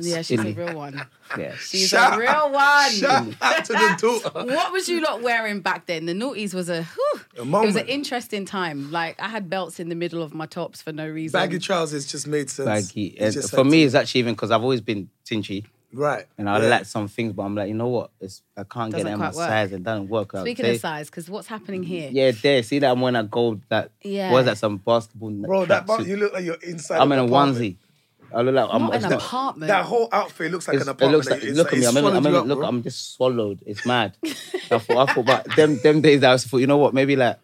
Speaker 2: Yeah, she's a
Speaker 4: Spilly.
Speaker 2: real one.
Speaker 4: Yeah.
Speaker 2: She's
Speaker 8: Shout
Speaker 2: a real one.
Speaker 8: Shout out to the daughter.
Speaker 2: What was you lot wearing back then? The noughties was a, whew, it was an
Speaker 8: moment.
Speaker 2: interesting time. Like I had belts in the middle of my tops for no reason.
Speaker 8: Baggy trousers just made sense.
Speaker 4: Baggy.
Speaker 8: It
Speaker 4: And
Speaker 8: just
Speaker 4: for
Speaker 8: had
Speaker 4: me,
Speaker 8: to-
Speaker 4: it's actually even because I've always been tinchy
Speaker 8: right.
Speaker 4: and I
Speaker 8: Yeah.
Speaker 4: lack some things, but I'm like, you know what? It's, I can't
Speaker 2: Doesn't
Speaker 4: get it in my
Speaker 2: quite work.
Speaker 4: size. It doesn't work out.
Speaker 8: eh?
Speaker 2: Speaking
Speaker 4: They-
Speaker 2: of size, because what's happening here?
Speaker 4: Mm, Yeah, there. See that I'm wearing a gold. That
Speaker 2: Yeah.
Speaker 4: yeah. Was that some basketball?
Speaker 8: Bro, that
Speaker 4: tracksuit.
Speaker 8: bar, you look like you're inside.
Speaker 4: I'm in
Speaker 8: an
Speaker 4: a
Speaker 8: apartment.
Speaker 4: onesie. I look like I'm.
Speaker 2: Not
Speaker 4: it's
Speaker 2: an
Speaker 4: not-
Speaker 2: apartment.
Speaker 8: That whole outfit looks like
Speaker 4: it's-
Speaker 8: an
Speaker 4: it
Speaker 8: apartment.
Speaker 4: looks like,
Speaker 8: It's
Speaker 4: look at
Speaker 8: it's
Speaker 4: me. I'm, in,
Speaker 8: swallowed
Speaker 4: I'm, in,
Speaker 8: you up,
Speaker 4: look,
Speaker 8: bro.
Speaker 4: I'm just swallowed. It's mad. I thought, I thought, but them, them days, I was thought, you know what? Maybe like,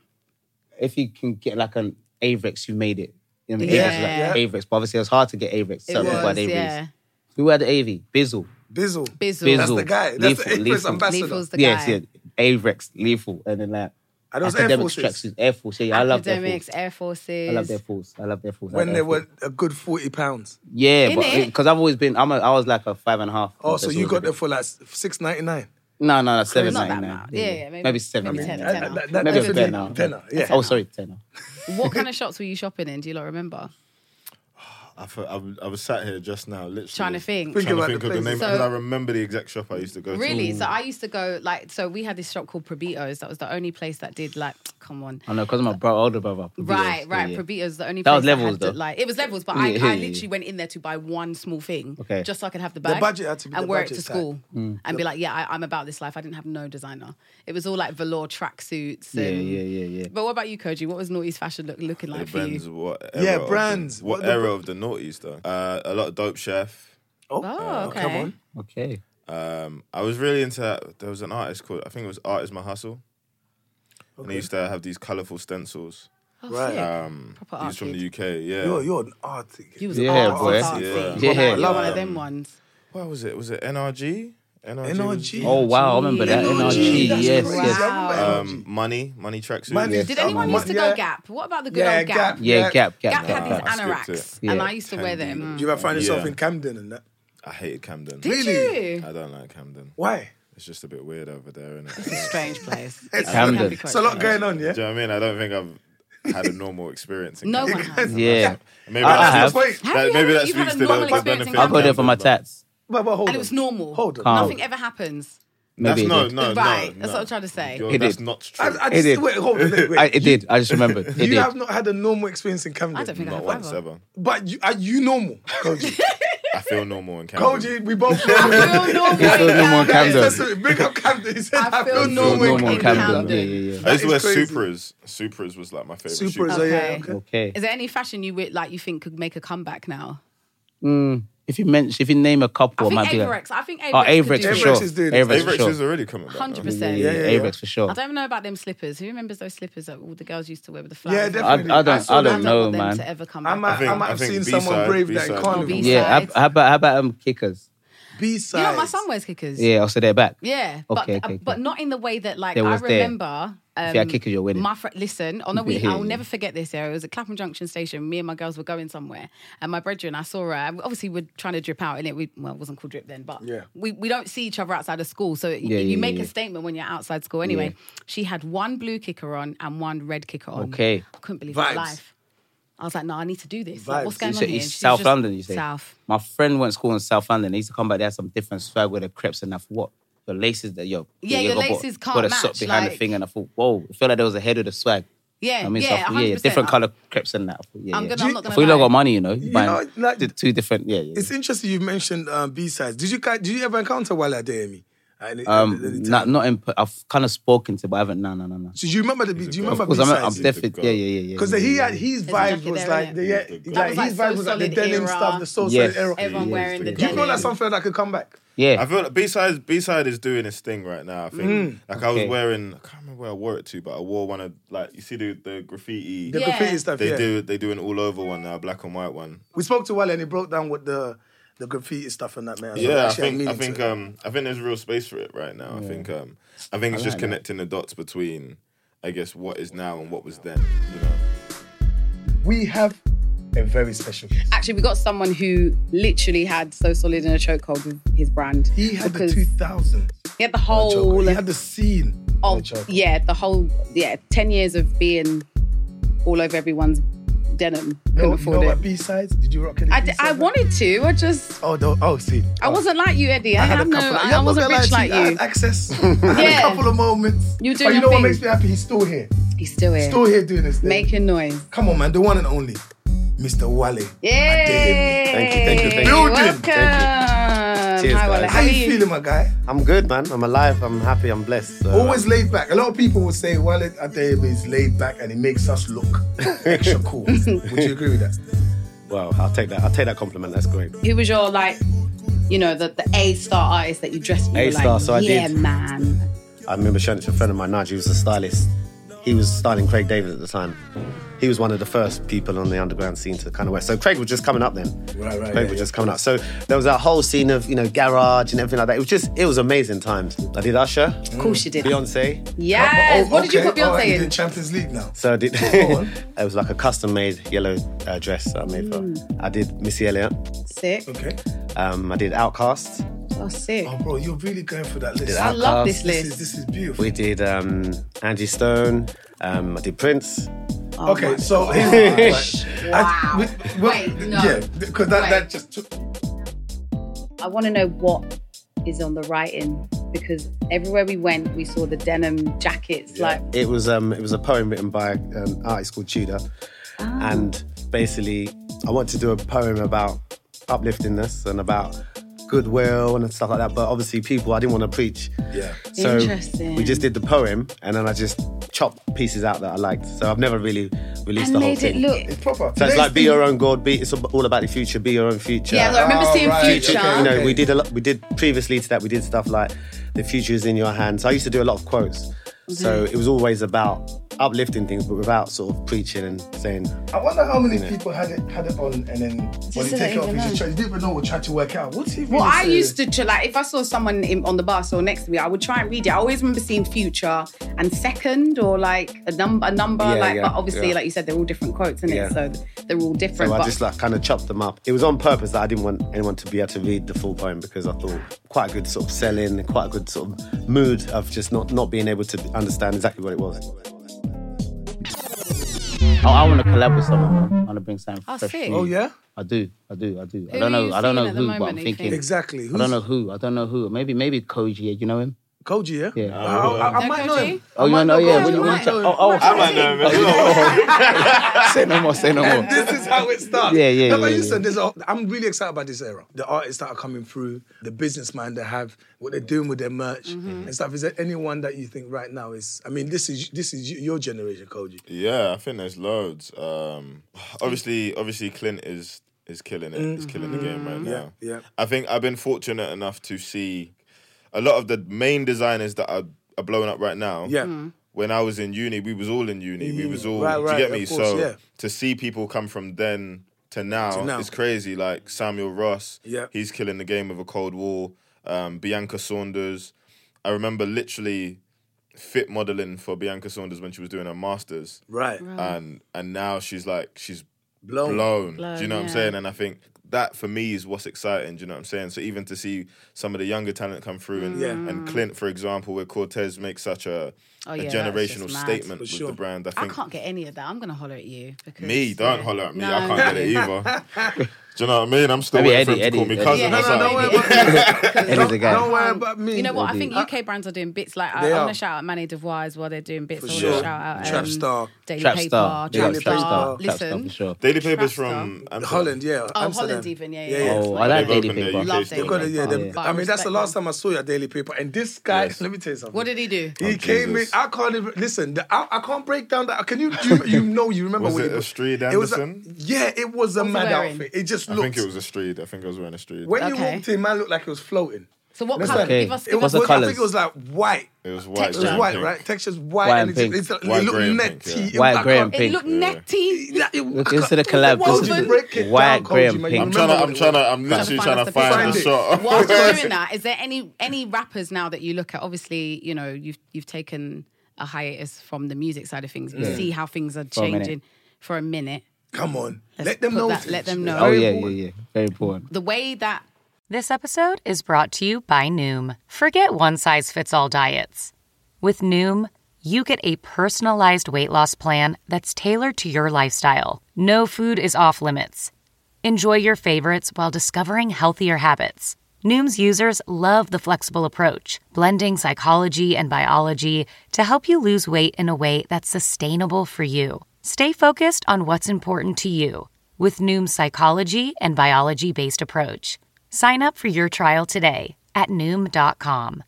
Speaker 4: if you can get like an Avrex, you made it. You know, what I mean, Avrex, is
Speaker 2: Yeah.
Speaker 4: like Avrex, but obviously it was hard to get Avrex.
Speaker 2: it
Speaker 4: Certain people
Speaker 2: was,
Speaker 4: had Avrex.
Speaker 2: yeah.
Speaker 4: Who had AV? Bizzle.
Speaker 8: Bizzle.
Speaker 2: Bizzle.
Speaker 4: Bizzle.
Speaker 8: That's the guy. That's the
Speaker 4: Lethal,
Speaker 8: Empress
Speaker 4: lethal.
Speaker 8: ambassador.
Speaker 2: Lethals the
Speaker 4: yes,
Speaker 2: guy.
Speaker 4: yeah. Avrex, lethal, and then like
Speaker 8: And those Air
Speaker 4: academics,
Speaker 8: Forces.
Speaker 4: tracksuits, Air Force. Yeah, I love their
Speaker 2: Academics,
Speaker 4: force.
Speaker 2: Air Forces.
Speaker 4: I love their force. I love their force. I
Speaker 8: When
Speaker 4: love
Speaker 8: they
Speaker 4: Air Force.
Speaker 8: were a good 40 pounds.
Speaker 4: Oh, Yeah, but
Speaker 2: Innit?
Speaker 4: because I've always been, I'm a, I was like a five and a half.
Speaker 8: Oh, so
Speaker 4: That's
Speaker 8: you
Speaker 4: always
Speaker 8: got
Speaker 4: been-
Speaker 8: them for like six ninety nine.
Speaker 4: No, no, no, seven
Speaker 2: Not that
Speaker 4: ninety nine.
Speaker 2: much. Yeah, yeah, maybe-
Speaker 4: maybe seven.
Speaker 2: maybe ten,
Speaker 4: ninety nine.
Speaker 2: ten.
Speaker 4: Maybe
Speaker 2: That's
Speaker 4: a
Speaker 2: a
Speaker 4: tenner.
Speaker 2: tenner.
Speaker 8: Tenner, yeah.
Speaker 4: Oh, sorry, tenner.
Speaker 2: What kind of shops were you shopping in? Do you lot remember?
Speaker 7: I, fe- I, was- I was sat here just now, literally
Speaker 2: Trying to think.
Speaker 7: trying to
Speaker 8: about
Speaker 7: think
Speaker 8: the
Speaker 7: of the name,
Speaker 8: places.
Speaker 7: because
Speaker 2: So-
Speaker 7: I remember the exact shop I used to go to.
Speaker 2: Really? So I used to go like so we had this shop called Probitos. That was the only place that did like come on.
Speaker 4: I know because my bro, older brother. Probitos.
Speaker 2: Right, right.
Speaker 4: Yeah, yeah.
Speaker 2: Probitos the only
Speaker 4: That
Speaker 2: place
Speaker 4: was levels,
Speaker 2: had to,
Speaker 4: though.
Speaker 2: like it was levels, but I,
Speaker 4: Yeah, yeah,
Speaker 2: I
Speaker 4: yeah, yeah.
Speaker 2: literally went in there to buy one small thing,
Speaker 4: Okay. Mm.
Speaker 2: just so I could have the bag,
Speaker 8: budget had to be
Speaker 2: and
Speaker 8: the
Speaker 2: wear it
Speaker 8: budget
Speaker 2: to
Speaker 8: type.
Speaker 2: school and be like, yeah, I, I'm about this life. I didn't have no designer. It was all like velour tracksuits.
Speaker 4: Yeah,
Speaker 2: and-
Speaker 4: yeah, yeah, yeah.
Speaker 2: But what about you, Koji? What was Naughty's fashion look, looking like for
Speaker 7: Depends
Speaker 2: you?
Speaker 7: what era
Speaker 8: Yeah,
Speaker 7: of the-
Speaker 8: brands.
Speaker 7: what
Speaker 8: What the-
Speaker 7: era of the noughties though? Uh, a lot of Dope Chef. uh,
Speaker 2: Oh, okay.
Speaker 8: Come on.
Speaker 4: Okay.
Speaker 7: Um, I was really into. There was an artist called I think it was Art Is My Hustle, and he used to have these colorful stencils.
Speaker 2: Oh,
Speaker 8: Right.
Speaker 2: sick.
Speaker 7: Um,
Speaker 2: Proper
Speaker 7: he's
Speaker 2: art
Speaker 7: from
Speaker 2: kid.
Speaker 7: the UK. Yeah.
Speaker 8: You're, you're an artist.
Speaker 2: You was
Speaker 4: Yeah,
Speaker 2: artsy,
Speaker 7: boy.
Speaker 2: artsy.
Speaker 7: Yeah.
Speaker 2: You're
Speaker 4: Yeah.
Speaker 2: like one of them ones.
Speaker 7: What was it? Was it NRG? NRG.
Speaker 8: NRG.
Speaker 4: Oh wow, I remember that.
Speaker 2: NRG,
Speaker 4: NRG,
Speaker 8: that's
Speaker 4: yes,
Speaker 8: crazy.
Speaker 4: yes.
Speaker 2: Wow.
Speaker 8: I remember
Speaker 7: Um, money, money tracksuit.
Speaker 8: Money.
Speaker 7: Yeah.
Speaker 2: Did anyone
Speaker 8: Um,
Speaker 2: used to
Speaker 8: yeah.
Speaker 2: go Gap? What about the good
Speaker 8: Yeah,
Speaker 2: old Gap?
Speaker 8: Gap.
Speaker 4: Yeah, gap, gap.
Speaker 2: Gap had these
Speaker 7: I skipped
Speaker 2: anoraks,
Speaker 4: it.
Speaker 2: and
Speaker 4: Yeah.
Speaker 2: I used to wear them.
Speaker 7: Handy.
Speaker 8: You ever find yourself
Speaker 7: Yeah.
Speaker 8: in Camden and that?
Speaker 7: I hated Camden.
Speaker 2: Did
Speaker 8: Really?
Speaker 2: you?
Speaker 7: I don't like Camden.
Speaker 8: Why?
Speaker 7: It's just a bit weird over there, isn't
Speaker 2: It's a
Speaker 7: it?
Speaker 2: strange place.
Speaker 4: Camden.
Speaker 2: It can be quite
Speaker 8: It's a lot
Speaker 2: strange.
Speaker 8: going on, yeah?
Speaker 7: Do you know what I mean? I don't think I've had a normal experience. In
Speaker 2: No
Speaker 7: Camden.
Speaker 2: one has.
Speaker 4: Yeah.
Speaker 7: Maybe
Speaker 4: I
Speaker 7: that's-
Speaker 4: have.
Speaker 8: Wait,
Speaker 2: Have you?
Speaker 7: maybe that
Speaker 2: You've had
Speaker 7: speaks
Speaker 2: a
Speaker 7: to the,
Speaker 2: normal
Speaker 7: the
Speaker 2: experience in
Speaker 7: benefit.
Speaker 2: Camden.
Speaker 4: I'll go there for my tats.
Speaker 8: but, but hold
Speaker 2: And
Speaker 8: on.
Speaker 2: it was normal.
Speaker 8: Hold on.
Speaker 4: Calm.
Speaker 2: Nothing ever happens.
Speaker 7: That's
Speaker 4: Maybe it
Speaker 7: no,
Speaker 4: did.
Speaker 7: no,
Speaker 2: Right, that's
Speaker 7: no, no.
Speaker 2: what I'm trying to say.
Speaker 7: Yo,
Speaker 4: It
Speaker 7: that's
Speaker 4: did.
Speaker 7: not true.
Speaker 8: I, I
Speaker 4: It
Speaker 8: just,
Speaker 4: did.
Speaker 8: wait, hold on. Wait, wait.
Speaker 4: I, it did. I just remembered. It
Speaker 8: you
Speaker 4: did.
Speaker 8: have not had a normal experience in Camden.
Speaker 2: I don't think I
Speaker 7: not
Speaker 2: have
Speaker 7: once
Speaker 2: either.
Speaker 7: ever.
Speaker 8: But you, are you normal, Koji?
Speaker 7: I feel normal in Camden.
Speaker 8: Koji, we both know.
Speaker 2: Feel normal
Speaker 4: It's still
Speaker 2: in
Speaker 4: no more
Speaker 2: Camden.
Speaker 4: Camden.
Speaker 8: That's it. Big up Camden. He said,
Speaker 2: I feel
Speaker 4: No
Speaker 2: normal
Speaker 4: more
Speaker 2: in
Speaker 4: Camden. Yeah,
Speaker 2: Camden.
Speaker 4: yeah, yeah.
Speaker 7: I used to wear
Speaker 8: That is
Speaker 7: Supras. Supras was like my favorite.
Speaker 8: Super,
Speaker 7: shoe.
Speaker 8: so yeah,
Speaker 2: Okay.
Speaker 8: okay.
Speaker 4: Okay.
Speaker 2: Is there any fashion you would like you think could make a comeback now?
Speaker 4: Mm, If you mention, if you name a couple,
Speaker 2: I
Speaker 4: it
Speaker 2: think
Speaker 4: might be.
Speaker 2: Averex.
Speaker 4: Like,
Speaker 2: I think Averex.
Speaker 4: oh,
Speaker 2: could do
Speaker 4: Averex for
Speaker 2: it.
Speaker 4: sure.
Speaker 3: Averex is doing this.
Speaker 4: Averex for
Speaker 7: Averex
Speaker 4: sure.
Speaker 7: is already coming back.
Speaker 2: Hundred
Speaker 7: though.
Speaker 2: percent.
Speaker 4: Yeah,
Speaker 3: yeah, yeah.
Speaker 4: Averex for sure.
Speaker 2: I don't even know about them slippers. Who remembers those slippers that all the girls used to wear with the flowers?
Speaker 3: Yeah,
Speaker 2: on?
Speaker 3: definitely.
Speaker 4: I- I don't-
Speaker 3: saw
Speaker 4: I
Speaker 3: that.
Speaker 4: don't
Speaker 2: I
Speaker 4: know,
Speaker 2: want them
Speaker 4: man.
Speaker 2: to ever come
Speaker 3: I
Speaker 2: back.
Speaker 3: might, I,
Speaker 7: think-
Speaker 3: might
Speaker 7: I
Speaker 3: have
Speaker 7: think
Speaker 3: seen
Speaker 7: B-side,
Speaker 3: someone brave that
Speaker 2: Oh,
Speaker 3: in
Speaker 7: B-side.
Speaker 3: carnival.
Speaker 2: B-side.
Speaker 4: Yeah,
Speaker 2: sides.
Speaker 4: how, how about how about um kickers?
Speaker 3: B-side.
Speaker 2: You know, my son wears kickers.
Speaker 4: Yeah, also they're back.
Speaker 2: Yeah, but uh,
Speaker 4: Okay, okay,
Speaker 2: but
Speaker 4: okay.
Speaker 2: not in the way that like
Speaker 4: There
Speaker 2: I
Speaker 4: was there.
Speaker 2: remember. Um,
Speaker 4: you had kickers, you're winning.
Speaker 2: My friend, listen, on a week,
Speaker 4: Yeah.
Speaker 2: I'll never forget this. Yeah, it was at Clapham Junction Station. Me and my girls were going somewhere, and my brethren, I saw her. and Obviously, we're trying to drip out, and it we, well, it wasn't called drip then, but
Speaker 3: Yeah.
Speaker 2: we, we don't see each other outside of school, so you,
Speaker 4: Yeah,
Speaker 2: you
Speaker 4: yeah,
Speaker 2: make
Speaker 4: yeah.
Speaker 2: a statement when you're outside school. Anyway, she had one blue kicker on and one red kicker on.
Speaker 4: Okay.
Speaker 2: I couldn't believe my
Speaker 3: Vibes.
Speaker 2: life. I was like, no, I need to do this. Like, what's
Speaker 3: Vibes.
Speaker 2: going
Speaker 4: You
Speaker 2: on
Speaker 4: say
Speaker 2: here?
Speaker 4: East
Speaker 2: And she was
Speaker 4: South
Speaker 2: just-
Speaker 4: London, you say?
Speaker 2: South.
Speaker 4: My friend went to school in South London. They used to come back. They had some different swag with the crepes, and I thought, what? Your laces that yo,
Speaker 2: Yeah,
Speaker 4: you
Speaker 2: your
Speaker 4: got-
Speaker 2: laces
Speaker 4: got
Speaker 2: can't
Speaker 4: a sock
Speaker 2: match,
Speaker 4: behind the
Speaker 2: like-
Speaker 4: thing, and I thought, whoa, it felt like there was a head of the swag.
Speaker 2: Yeah,
Speaker 4: I mean,
Speaker 2: yeah,
Speaker 4: so, yeah,
Speaker 2: 100%.
Speaker 4: different color crepes and that. I thought, yeah,
Speaker 2: I'm
Speaker 4: yeah.
Speaker 2: gonna- I'm not
Speaker 4: I
Speaker 2: gonna
Speaker 4: thought you lot
Speaker 2: lie.
Speaker 4: got money, you know. You
Speaker 3: know, like-
Speaker 4: the two different, yeah, yeah.
Speaker 3: It's interesting you've mentioned um, B-sides. Did you guys- did you ever encounter Wale Adeyemi? At any- at any
Speaker 4: Um,
Speaker 3: time?
Speaker 4: not not in. I've kind of spoken to, but I haven't. No, no, no, no.
Speaker 3: So do you remember the? Do you remember
Speaker 4: Because I'm, I'm
Speaker 3: B-sides?
Speaker 4: definitely. Yeah, yeah, yeah. yeah,
Speaker 3: Because
Speaker 4: yeah,
Speaker 3: he
Speaker 4: yeah,
Speaker 3: had his
Speaker 2: a jacket
Speaker 3: vibe was
Speaker 2: there,
Speaker 3: like
Speaker 2: innit?
Speaker 3: the yeah, like,
Speaker 2: That was like
Speaker 3: his vibe was like the
Speaker 2: so-solid
Speaker 3: denim
Speaker 2: era.
Speaker 3: stuff, the social
Speaker 4: Yes.
Speaker 3: era.
Speaker 4: Yeah,
Speaker 2: Everyone
Speaker 4: yeah,
Speaker 2: wearing the
Speaker 4: yeah.
Speaker 3: Do you feel like
Speaker 2: denim.
Speaker 3: something that could come back?
Speaker 4: yeah. Mm.
Speaker 7: I feel like B side B side is doing its thing right now. I think like I was
Speaker 4: Okay.
Speaker 7: wearing I can't remember where I wore it to, but I wore one of like you see the the graffiti.
Speaker 3: The
Speaker 2: Yeah.
Speaker 3: graffiti stuff.
Speaker 7: They
Speaker 3: yeah.
Speaker 7: do they do an all over one now, black and white one.
Speaker 3: We spoke to Wale and he broke down what the the graffiti stuff and that man.
Speaker 7: Yeah, I
Speaker 3: Actually,
Speaker 7: think I
Speaker 3: meaning
Speaker 7: think
Speaker 3: to-
Speaker 7: um I think there's real space for it right now. I think um I think it's just connecting the dots between I guess what is now and what was then. You know.
Speaker 3: we have a very special. guest.
Speaker 2: Actually, we got someone who literally had So Solid in a chokehold with his brand.
Speaker 3: He had the
Speaker 2: Because
Speaker 3: two thousands.
Speaker 2: he had the whole
Speaker 3: He had the scene.
Speaker 2: of
Speaker 3: Choco.
Speaker 2: yeah, the whole yeah, ten years of being all over everyone's denim. Couldn't
Speaker 3: No,
Speaker 2: afford
Speaker 3: no,
Speaker 2: it.
Speaker 3: but B sides. Did you rock any?
Speaker 2: I, d- I
Speaker 3: B-sides?
Speaker 2: wanted to. I just
Speaker 3: Oh, no, oh, see.
Speaker 2: I wasn't like you, Eddie. I,
Speaker 3: had
Speaker 2: have
Speaker 3: a
Speaker 2: no. I,
Speaker 3: couple. yeah,
Speaker 2: I
Speaker 3: I'm not
Speaker 2: wasn't
Speaker 3: gonna
Speaker 2: rich
Speaker 3: lie
Speaker 2: like
Speaker 3: to you. I
Speaker 2: you.
Speaker 3: had access. I had a
Speaker 2: Yeah.
Speaker 3: couple of moments.
Speaker 2: You do
Speaker 3: But you
Speaker 2: your
Speaker 3: know what
Speaker 2: thing.
Speaker 3: makes me happy? He's still here.
Speaker 2: He's still here,
Speaker 3: Still here doing this thing.
Speaker 2: making noise.
Speaker 3: Come on, man. The one and only, Mr. Wale.
Speaker 2: Yay! Thank
Speaker 9: you, thank you, thank
Speaker 3: you.
Speaker 2: You're
Speaker 3: Building.
Speaker 2: Welcome.
Speaker 9: Cheers,
Speaker 2: Hi, Wale.
Speaker 9: guys.
Speaker 2: How
Speaker 3: How
Speaker 2: are
Speaker 3: you
Speaker 2: you?
Speaker 3: feeling, my guy?
Speaker 9: I'm good, man. I'm alive. I'm happy. I'm blessed. So, uh,
Speaker 3: Always laid back. A lot of people will say Wale Adeyemi is laid back and it makes us look extra cool. Would you agree with that?
Speaker 9: Well, I'll take that. I'll take that compliment. That's great.
Speaker 2: Who was your like? You know the, the A star artist that you dressed. you were
Speaker 9: A-star,
Speaker 2: like,
Speaker 9: so I
Speaker 2: yeah,
Speaker 9: did.
Speaker 2: man.
Speaker 9: I remember showing it to a friend of mine, Nigel, who was a stylist. He was styling Craig David at the time. He was one of the first people on the underground scene to kind of wear. So Craig was just coming up then.
Speaker 3: Right, right,
Speaker 9: Craig
Speaker 3: yeah,
Speaker 9: was
Speaker 3: yeah.
Speaker 9: just coming up. So there was that whole scene of you know garage and everything like that. It was just it was amazing times. I did Usher,
Speaker 2: Of course you did.
Speaker 9: Beyonce.
Speaker 2: Yes. what did you put
Speaker 3: Oh, okay. All right,
Speaker 2: Beyonce
Speaker 3: you
Speaker 2: in?
Speaker 3: did Champions League now.
Speaker 9: So I did.
Speaker 3: on.
Speaker 9: it was like a custom made yellow uh, dress that I made for. her. I did Missy Elliott.
Speaker 2: Sick.
Speaker 3: Okay.
Speaker 9: Um, I did Outcast.
Speaker 2: Oh, sick.
Speaker 3: Oh, bro, you're really going for that list.
Speaker 2: I love this
Speaker 3: This is
Speaker 2: list.
Speaker 3: this is beautiful.
Speaker 9: We did um, Angie Stone. Um, I did Prince.
Speaker 3: Okay, so here's
Speaker 2: Oh Wow. Wait, no.
Speaker 3: Yeah, because that, that
Speaker 2: Wait.
Speaker 3: just took.
Speaker 2: I want to know what is on the writing because everywhere we went, we saw the denim jackets. Like,
Speaker 9: It was um, it was a poem written by an artist called Tudor,
Speaker 2: Ah.
Speaker 9: and basically I wanted to do a poem about upliftingness and about goodwill and stuff like that. But obviously, people I didn't want to preach.
Speaker 3: Yeah.
Speaker 9: So
Speaker 2: Interesting.
Speaker 9: we just did the poem, and then I just chopped pieces out that I liked. So I've never really released
Speaker 2: and
Speaker 9: the whole
Speaker 2: made it
Speaker 9: thing.
Speaker 2: look.
Speaker 3: It's proper.
Speaker 9: so it's
Speaker 3: Next
Speaker 9: like be
Speaker 3: thing-
Speaker 9: your own god. Be it's all about the future. Be your own future.
Speaker 2: Yeah, I remember
Speaker 3: Oh,
Speaker 2: seeing
Speaker 3: right,
Speaker 2: Future.
Speaker 3: okay,
Speaker 9: You know,
Speaker 3: okay.
Speaker 9: we did a lot. We did previously to that. We did stuff like "the future is in your hands." I used to do a lot of quotes, so it was always about uplifting things, but without sort of preaching and saying.
Speaker 3: I wonder how many people had it had it on and then when you
Speaker 2: didn't
Speaker 3: take it off,
Speaker 2: even
Speaker 3: you just
Speaker 2: know.
Speaker 3: try, you didn't even know what tried to work out. What's he?
Speaker 2: Well,
Speaker 3: really
Speaker 2: I
Speaker 3: saying?
Speaker 2: used to tr- like if I saw someone in, on the bus or next to me, I would try and read it. I always remember seeing Future and Second or like a number, a number.
Speaker 9: Yeah,
Speaker 2: like,
Speaker 9: yeah,
Speaker 2: but obviously,
Speaker 9: yeah.
Speaker 2: like you said, they're all different quotes, and
Speaker 9: Yeah.
Speaker 2: it? so they're all different.
Speaker 9: So I
Speaker 2: but
Speaker 9: just like kind of chopped them up. It was on purpose that I didn't want anyone to be able to read the full poem because I thought quite a good sort of selling, quite a good sort of mood of just not not being able to understand exactly what it was.
Speaker 4: I, Oh, I want to collab with someone. Man. I want to bring something
Speaker 2: Oh,
Speaker 4: fresh.
Speaker 2: sick.
Speaker 4: new.
Speaker 3: Oh yeah.
Speaker 4: I do, I do, I do.
Speaker 2: Who
Speaker 4: I don't
Speaker 2: are you
Speaker 4: know, I don't know
Speaker 2: seeing at the
Speaker 4: who, but
Speaker 2: moment,
Speaker 4: I'm
Speaker 2: do you
Speaker 4: thinking.
Speaker 2: think?
Speaker 3: Exactly.
Speaker 4: I don't know who. I don't know who. Maybe, maybe Koji. You know him?
Speaker 3: Koji, yeah?
Speaker 4: Yeah.
Speaker 3: I, I, I
Speaker 2: No
Speaker 3: might know him.
Speaker 2: Koji?
Speaker 4: Oh, you
Speaker 3: might
Speaker 4: don't know?
Speaker 3: know
Speaker 4: Yeah.
Speaker 3: Koji,
Speaker 4: when you-
Speaker 3: I
Speaker 4: when
Speaker 3: might
Speaker 4: you-
Speaker 3: know him.
Speaker 4: Oh, oh,
Speaker 7: I might know
Speaker 4: say no more. Say no more.
Speaker 3: This is how it starts.
Speaker 4: Yeah, yeah,
Speaker 3: No, but
Speaker 4: yeah,
Speaker 3: listen, there's a, I'm really excited about this era. The artists that are coming through, the businessmen they have, what they're doing with their merch
Speaker 2: Mm-hmm.
Speaker 3: and stuff. Is there anyone that you think right now is? I mean, this is this is y- your generation, Koji.
Speaker 7: Yeah, I think there's loads. Um, obviously, obviously, Clint is is killing it. Is killing the game right now.
Speaker 3: Mm-hmm. yeah.
Speaker 7: I think I've been fortunate enough to see a lot of the main designers that are, are blowing up right now.
Speaker 3: Yeah. Mm.
Speaker 7: When I was in uni, we was all in uni. We was all.
Speaker 3: Right,
Speaker 7: do
Speaker 3: right,
Speaker 7: you get
Speaker 3: of
Speaker 7: me?
Speaker 3: course,
Speaker 7: so
Speaker 3: yeah.
Speaker 7: to see people come from then to now,
Speaker 3: To now.
Speaker 7: is crazy. Like Samuel Ross.
Speaker 3: Yeah.
Speaker 7: He's killing the game with a cold wall. Um, Bianca Saunders. I remember literally fit modeling for Bianca Saunders when she was doing her masters
Speaker 3: Right.
Speaker 2: Mm.
Speaker 7: and and now she's like she's
Speaker 3: Blown.
Speaker 7: blown. do you know what I'm saying? And I think that for me is what's exciting. Do you know what I'm saying? So even to see some of the younger talent come through, and
Speaker 3: Yeah.
Speaker 7: and Clint, for example, where Cortez makes such a, a
Speaker 2: Mm. Oh, yeah, that's
Speaker 7: generational
Speaker 2: just mad.
Speaker 7: statement
Speaker 3: For
Speaker 7: with
Speaker 3: sure.
Speaker 7: the brand, I
Speaker 2: I
Speaker 7: think
Speaker 2: can't get any of that. I'm going to holler at you. Because,
Speaker 7: me don't holler at me. I
Speaker 2: No.
Speaker 7: can't get it either. do you know what I mean? I'm still
Speaker 4: Maybe
Speaker 7: waiting for him
Speaker 4: Eddie-
Speaker 7: to call me
Speaker 4: Eddie-
Speaker 7: cousin.
Speaker 2: Yeah,
Speaker 3: No,
Speaker 7: or
Speaker 3: no, don't
Speaker 7: something.
Speaker 3: worry
Speaker 2: Eddie-
Speaker 3: about me.
Speaker 4: Eddie's the guy.
Speaker 3: Don't worry about me.
Speaker 2: You know what? I think
Speaker 3: Uh,
Speaker 2: UK brands are doing bits like I, I
Speaker 3: They are.
Speaker 2: want to shout out Manny Devois as well. They're doing bits. I want
Speaker 7: sure.
Speaker 2: to shout out um,
Speaker 3: Trap Star.
Speaker 2: Daily
Speaker 4: Trap
Speaker 2: Paper,
Speaker 4: star. Yeah,
Speaker 2: Trap
Speaker 3: Daily
Speaker 2: Star.
Speaker 3: Paper.
Speaker 4: Trap star
Speaker 2: Listen,
Speaker 4: for sure.
Speaker 7: Daily Papers
Speaker 2: Trapstar.
Speaker 7: from Amsterdam.
Speaker 3: Holland, yeah.
Speaker 2: Oh,
Speaker 3: Amsterdam.
Speaker 2: Holland even, yeah, yeah.
Speaker 3: Yeah, yeah.
Speaker 4: Oh, I like
Speaker 7: They've
Speaker 4: Daily
Speaker 7: opened their
Speaker 4: Paper.
Speaker 7: UK
Speaker 2: Love
Speaker 7: store.
Speaker 2: Daily
Speaker 3: They've got a- yeah,
Speaker 2: Paper.
Speaker 3: they've-
Speaker 2: But
Speaker 3: I mean, that's the
Speaker 2: respect
Speaker 3: last
Speaker 2: them.
Speaker 3: time I saw your daily paper. And this guy,
Speaker 7: Yes. Oh,
Speaker 3: let me tell you something.
Speaker 2: What did he do?
Speaker 3: He came
Speaker 7: Jesus.
Speaker 3: in. I can't even listen. The, I, I can't break down that. Can you? You, you know. You remember
Speaker 7: Was
Speaker 3: what
Speaker 7: it
Speaker 3: he
Speaker 7: a
Speaker 3: put-
Speaker 7: Street
Speaker 3: It was a-
Speaker 7: Anderson?
Speaker 3: yeah, it was a
Speaker 2: he
Speaker 3: mad
Speaker 2: wearing?
Speaker 3: outfit. It just
Speaker 7: I
Speaker 3: looked.
Speaker 7: think it was a street. I think I was wearing a street.
Speaker 3: when you
Speaker 2: Okay.
Speaker 3: walked in, man looked like he was floating.
Speaker 2: So what
Speaker 3: That's
Speaker 2: colour?
Speaker 3: like-
Speaker 2: Give us,
Speaker 3: It
Speaker 2: give
Speaker 3: was.
Speaker 2: us
Speaker 4: What's the
Speaker 3: was- I think
Speaker 4: colours?
Speaker 3: it was like white.
Speaker 7: It was white.
Speaker 3: It was
Speaker 2: Brown,
Speaker 3: white,
Speaker 7: pink.
Speaker 3: right? Texture's white,
Speaker 4: White
Speaker 3: and,
Speaker 4: and
Speaker 3: it's,
Speaker 4: pink.
Speaker 3: it's, it
Speaker 7: White,
Speaker 3: looked
Speaker 7: grey and
Speaker 3: netty.
Speaker 7: pink, yeah.
Speaker 3: It-
Speaker 4: White,
Speaker 3: I
Speaker 4: grey
Speaker 3: can't-
Speaker 4: and
Speaker 2: It
Speaker 4: pink.
Speaker 2: looked netty.
Speaker 3: Yeah, it-
Speaker 4: Look,
Speaker 3: I
Speaker 4: it's the
Speaker 3: can't-
Speaker 4: collab.
Speaker 3: Why
Speaker 4: This
Speaker 3: would
Speaker 4: is
Speaker 3: you
Speaker 4: the-
Speaker 3: break it
Speaker 4: white,
Speaker 3: down,
Speaker 4: grey and
Speaker 3: Koji, man? You
Speaker 4: pink.
Speaker 7: I'm
Speaker 3: remember
Speaker 7: trying to.
Speaker 3: what
Speaker 7: I'm
Speaker 3: it
Speaker 7: trying to.
Speaker 3: was?
Speaker 7: I'm literally
Speaker 2: find
Speaker 7: trying
Speaker 2: us
Speaker 7: to
Speaker 2: the
Speaker 7: find the
Speaker 3: picture.
Speaker 7: shot.
Speaker 2: Whilst we're doing that, is there any any rappers now that you look at? Obviously, you know you've you've taken a hiatus from the music side of things. You see how things are
Speaker 4: Mm. a minute.
Speaker 2: changing for a minute.
Speaker 3: Come on,
Speaker 2: Let's
Speaker 3: let them
Speaker 2: put
Speaker 3: know.
Speaker 2: that- let them know.
Speaker 4: Oh
Speaker 3: Very
Speaker 4: yeah, yeah,
Speaker 3: important.
Speaker 4: yeah. Very important.
Speaker 2: The way that
Speaker 6: This episode is brought to you by Noom. Forget one size fits all diets. With Noom, you get a personalized weight loss plan that's tailored to your lifestyle. No food is off limits. Enjoy your favorites while discovering healthier habits. Noom's users love the flexible approach, blending psychology and biology to help you lose weight in a way that's sustainable for you. Stay focused on what's important to you with Noom's psychology and biology based approach. Sign up for your trial today at Noom.com.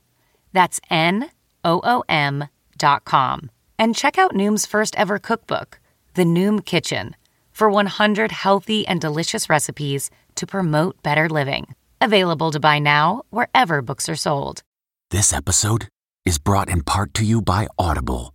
Speaker 6: That's N O O M.com. And check out Noom's first ever cookbook, The Noom Kitchen, for 100 healthy and delicious recipes to promote better living. Available to buy now wherever books are sold.
Speaker 10: This episode is brought in part to you by Audible,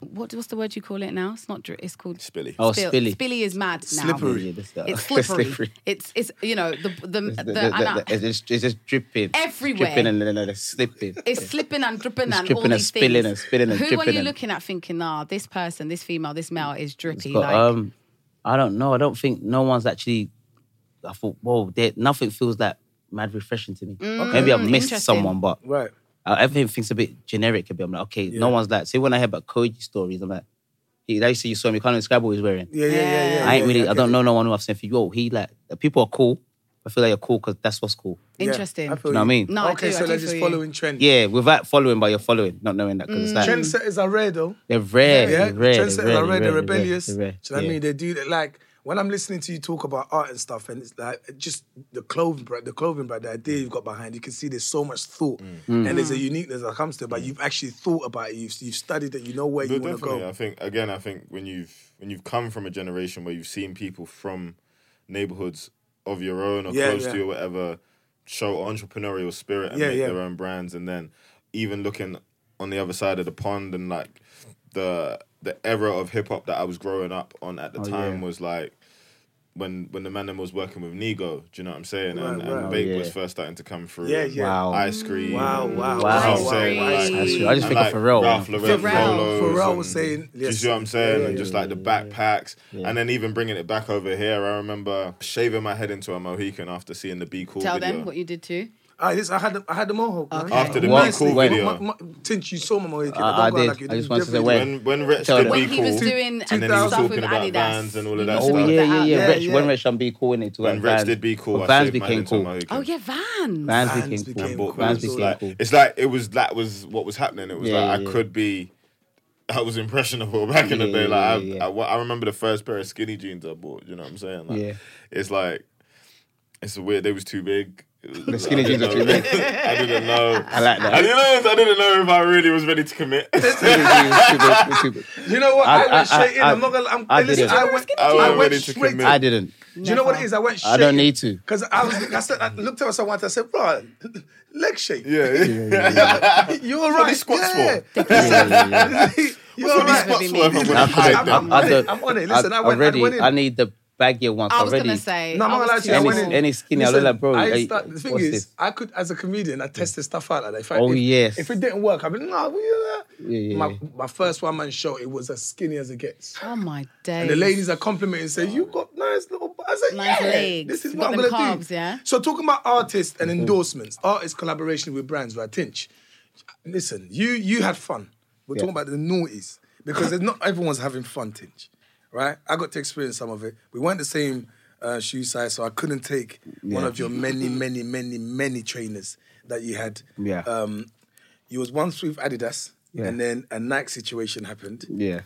Speaker 2: what what's the word you call it now? It's not. dri- It's called
Speaker 7: Spilly.
Speaker 4: Oh,
Speaker 2: Spill-
Speaker 4: spilly.
Speaker 2: Spilly is mad now.
Speaker 4: Slippery. Yeah, that's the-
Speaker 2: It's slippery.
Speaker 4: Slippery.
Speaker 2: It's it's you know the the, the,
Speaker 4: The- the-
Speaker 2: and I-
Speaker 4: the- it's, just, it's just dripping.
Speaker 2: Everywhere.
Speaker 4: Dripping and then it's slipping.
Speaker 2: It's slipping and dripping
Speaker 4: It's
Speaker 2: and all
Speaker 4: dripping and
Speaker 2: these
Speaker 4: spilling
Speaker 2: things.
Speaker 4: and spilling and
Speaker 2: Who
Speaker 4: dripping
Speaker 2: are you
Speaker 4: and-
Speaker 2: looking at thinking, nah, this person, this female, this male is drippy?
Speaker 4: But,
Speaker 2: like,
Speaker 4: um, I don't know. I don't think no one's actually. I thought, whoa, there, nothing feels that mad refreshing to me. Maybe I've missed
Speaker 2: Mm, interesting.
Speaker 4: someone, but
Speaker 3: Right.
Speaker 4: uh, everything's a bit generic. A bit. I'm like, okay, no one's like. See, when I hear about Koji stories, I'm like, he, they say you saw him. You can't even describe what he's wearing.
Speaker 3: Yeah, yeah, yeah, yeah.
Speaker 4: I ain't
Speaker 3: yeah,
Speaker 4: really.
Speaker 3: yeah,
Speaker 4: I
Speaker 3: get
Speaker 4: don't
Speaker 3: it.
Speaker 4: know no one who I've seen for you. He like the people are cool. I feel like you're cool because that's what's cool.
Speaker 3: Yeah,
Speaker 2: interesting.
Speaker 3: I feel
Speaker 4: You know what I mean?
Speaker 2: No, I
Speaker 3: okay,
Speaker 2: do, I
Speaker 3: so
Speaker 2: do
Speaker 3: they're
Speaker 2: feel
Speaker 3: just
Speaker 2: you.
Speaker 3: following trend.
Speaker 4: Yeah, without following, but you're following, not knowing that because
Speaker 2: Mm.
Speaker 4: it's like
Speaker 3: Trendsetters are rare though.
Speaker 4: they're rare.
Speaker 3: Yeah,
Speaker 4: they're rare, they're
Speaker 3: trendsetters
Speaker 4: rare,
Speaker 3: are rare.
Speaker 4: they're
Speaker 3: They're
Speaker 4: rare, they're
Speaker 3: rebellious.
Speaker 4: rare,
Speaker 3: Do you know what I
Speaker 4: yeah.
Speaker 3: mean? They do that. Like when I'm listening to you talk about art and stuff, and it's like just the clothing, brand, the clothing, brand, the idea you've got behind. You can see there's so much thought,
Speaker 4: Mm.
Speaker 2: Mm.
Speaker 3: and there's a uniqueness that comes to it. But you've actually thought about it. You've, you've studied it. You know where you
Speaker 7: No,
Speaker 3: want to
Speaker 7: definitely.
Speaker 3: go.
Speaker 7: I think again, I think when you've when you've come from a generation where you've seen people from neighborhoods of your own or
Speaker 3: Yeah,
Speaker 7: close
Speaker 3: yeah.
Speaker 7: to you, or whatever, show entrepreneurial spirit and
Speaker 3: Yeah,
Speaker 7: make
Speaker 3: yeah.
Speaker 7: their own brands, and then even looking on the other side of the pond and like
Speaker 3: Oh,
Speaker 7: the the era of hip hop that I was growing up on at the time was like when when the man was working with Nigo. Do you know what I'm saying? and
Speaker 3: Right,
Speaker 7: and
Speaker 3: right.
Speaker 7: Babe
Speaker 4: Oh, Yeah.
Speaker 7: was first starting to come through.
Speaker 3: Yeah,
Speaker 7: and
Speaker 3: yeah.
Speaker 4: Wow.
Speaker 7: Ice cream.
Speaker 3: Wow,
Speaker 7: and-
Speaker 3: wow,
Speaker 7: do you know what I'm
Speaker 3: wow.
Speaker 7: saying?
Speaker 3: Ice
Speaker 7: Like-
Speaker 3: Ice cream.
Speaker 4: I just
Speaker 7: and
Speaker 4: think of Pharrell,
Speaker 7: Ralph
Speaker 4: man.
Speaker 7: Lauren
Speaker 2: Pharrell.
Speaker 7: polos
Speaker 3: Pharrell
Speaker 7: and-
Speaker 3: was saying-
Speaker 7: Do you
Speaker 3: yes.
Speaker 7: see what I'm saying?
Speaker 3: Yeah,
Speaker 7: and
Speaker 3: yeah,
Speaker 7: just like the backpacks, and then even bringing it back over here. I remember shaving my head into a Mohican after seeing the Be Cool
Speaker 2: Tell
Speaker 7: video.
Speaker 2: them what you did too.
Speaker 3: I, Ah, this, I had the, I had the mohawk. man.
Speaker 7: After the
Speaker 4: What?
Speaker 7: Be Cool
Speaker 4: Wait.
Speaker 7: video,
Speaker 3: My- my- Since you saw my mohawk,
Speaker 4: Uh, I-
Speaker 3: don't
Speaker 4: I
Speaker 3: go
Speaker 4: did.
Speaker 3: like you
Speaker 4: I just wanted to say
Speaker 3: definitely
Speaker 4: when-
Speaker 7: when when Rich
Speaker 4: Tell
Speaker 7: did
Speaker 4: them.
Speaker 7: Be
Speaker 2: When he was
Speaker 7: Cool,
Speaker 2: doing
Speaker 7: and then he was
Speaker 2: stuff
Speaker 7: talking
Speaker 2: with
Speaker 7: about
Speaker 2: Adidas.
Speaker 7: bands and all of
Speaker 2: You
Speaker 7: that
Speaker 2: got
Speaker 4: Oh
Speaker 7: stuff.
Speaker 2: that
Speaker 4: yeah, yeah,
Speaker 2: out.
Speaker 4: yeah.
Speaker 3: Yeah,
Speaker 4: Rich,
Speaker 3: yeah.
Speaker 4: when Rich and B cool in it too.
Speaker 7: When
Speaker 4: and
Speaker 7: Rich
Speaker 4: Vans.
Speaker 7: did Be Cool,
Speaker 4: But
Speaker 7: I
Speaker 4: Vans
Speaker 7: shaved my head
Speaker 4: became
Speaker 7: into a
Speaker 4: cool.
Speaker 7: Mohican.
Speaker 2: Oh yeah, Vans.
Speaker 4: Vans
Speaker 3: Vans
Speaker 4: became
Speaker 3: became
Speaker 4: cool.
Speaker 7: bought
Speaker 3: cool.
Speaker 4: Vans
Speaker 7: Vans.
Speaker 3: It's
Speaker 4: became
Speaker 7: Like
Speaker 4: cool.
Speaker 7: it's like it was that was what was happening. It was
Speaker 4: Yeah,
Speaker 7: like
Speaker 4: yeah,
Speaker 7: I
Speaker 4: yeah.
Speaker 7: could be, I was impressionable back in the
Speaker 4: Yeah,
Speaker 7: day.
Speaker 4: yeah,
Speaker 7: Like
Speaker 4: yeah,
Speaker 7: I,
Speaker 4: yeah.
Speaker 7: I, I remember the first pair of skinny jeans I bought. You know what I'm saying? Like,
Speaker 4: Yeah.
Speaker 7: It's like it's weird. They was too big. The
Speaker 4: skinny jeans are too big.
Speaker 7: I didn't know.
Speaker 4: I like that.
Speaker 7: I didn't know. I didn't know if I really was ready to commit.
Speaker 3: You know what?
Speaker 4: I-
Speaker 3: I, went
Speaker 4: I-
Speaker 3: straight in.
Speaker 4: I-
Speaker 3: I'm not gonna. I'm,
Speaker 4: I
Speaker 3: and listen,
Speaker 4: did it.
Speaker 3: I went,
Speaker 7: I
Speaker 3: I
Speaker 7: wasn't
Speaker 3: went
Speaker 7: ready to
Speaker 3: straight.
Speaker 7: commit.
Speaker 4: I didn't.
Speaker 3: Do you know what it is? I went. Straight
Speaker 4: I don't need to.
Speaker 3: Because I was. I, said, I looked at myself once. I said, "Bro, leg shake.
Speaker 7: yeah. yeah.
Speaker 3: You're all
Speaker 7: What
Speaker 3: right.
Speaker 7: these squats
Speaker 3: yeah.
Speaker 7: for?
Speaker 3: You're all
Speaker 7: These
Speaker 3: right.
Speaker 7: squats for if I'm gonna
Speaker 4: I couldn't.
Speaker 7: hide
Speaker 3: I'm
Speaker 7: them.
Speaker 3: on
Speaker 4: I
Speaker 3: it,
Speaker 4: don't-
Speaker 3: I'm on it. Listen, I went- I
Speaker 4: already-
Speaker 3: went in.
Speaker 4: I need the baggy ones
Speaker 2: I was
Speaker 4: already.
Speaker 2: gonna say.
Speaker 3: No, I'm
Speaker 2: I
Speaker 3: not
Speaker 2: was
Speaker 3: gonna lie to you.
Speaker 2: too
Speaker 3: I
Speaker 4: Any-
Speaker 3: went
Speaker 2: small.
Speaker 3: in.
Speaker 4: any skinny, I look like, bro,
Speaker 3: I
Speaker 4: hey,
Speaker 3: start, the thing
Speaker 4: what's
Speaker 3: is,
Speaker 4: this?
Speaker 3: I could, as a comedian, I tested stuff out like that. If I,
Speaker 4: Oh,
Speaker 3: if,
Speaker 4: yes.
Speaker 3: If it didn't work, I'd be no. we, uh,
Speaker 4: yeah,
Speaker 3: my,
Speaker 4: yeah.
Speaker 3: my first one man show, it was as skinny as it gets.
Speaker 2: Oh my day.
Speaker 3: And the ladies are complimenting, say, you got nice little. bu-" I said,
Speaker 2: Nice
Speaker 3: yeah,
Speaker 2: legs.
Speaker 3: This is
Speaker 2: You
Speaker 3: what
Speaker 2: got
Speaker 3: I'm
Speaker 2: them
Speaker 3: gonna
Speaker 2: carbs,
Speaker 3: do.
Speaker 2: yeah?
Speaker 3: So talking about artists
Speaker 4: Mm-hmm.
Speaker 3: and endorsements, artist collaboration with brands, right? Tinch. Listen, you you had fun. We're talking about the noughties because it's not everyone's having fun, Tinch. Right? I got to experience some of it. We weren't the same uh, shoe size, so I couldn't take one of your many, many, many, many trainers that you had.
Speaker 4: Yeah.
Speaker 3: Um, you was once with Adidas,
Speaker 4: Yeah.
Speaker 3: and then a Nike situation happened.
Speaker 4: Yeah.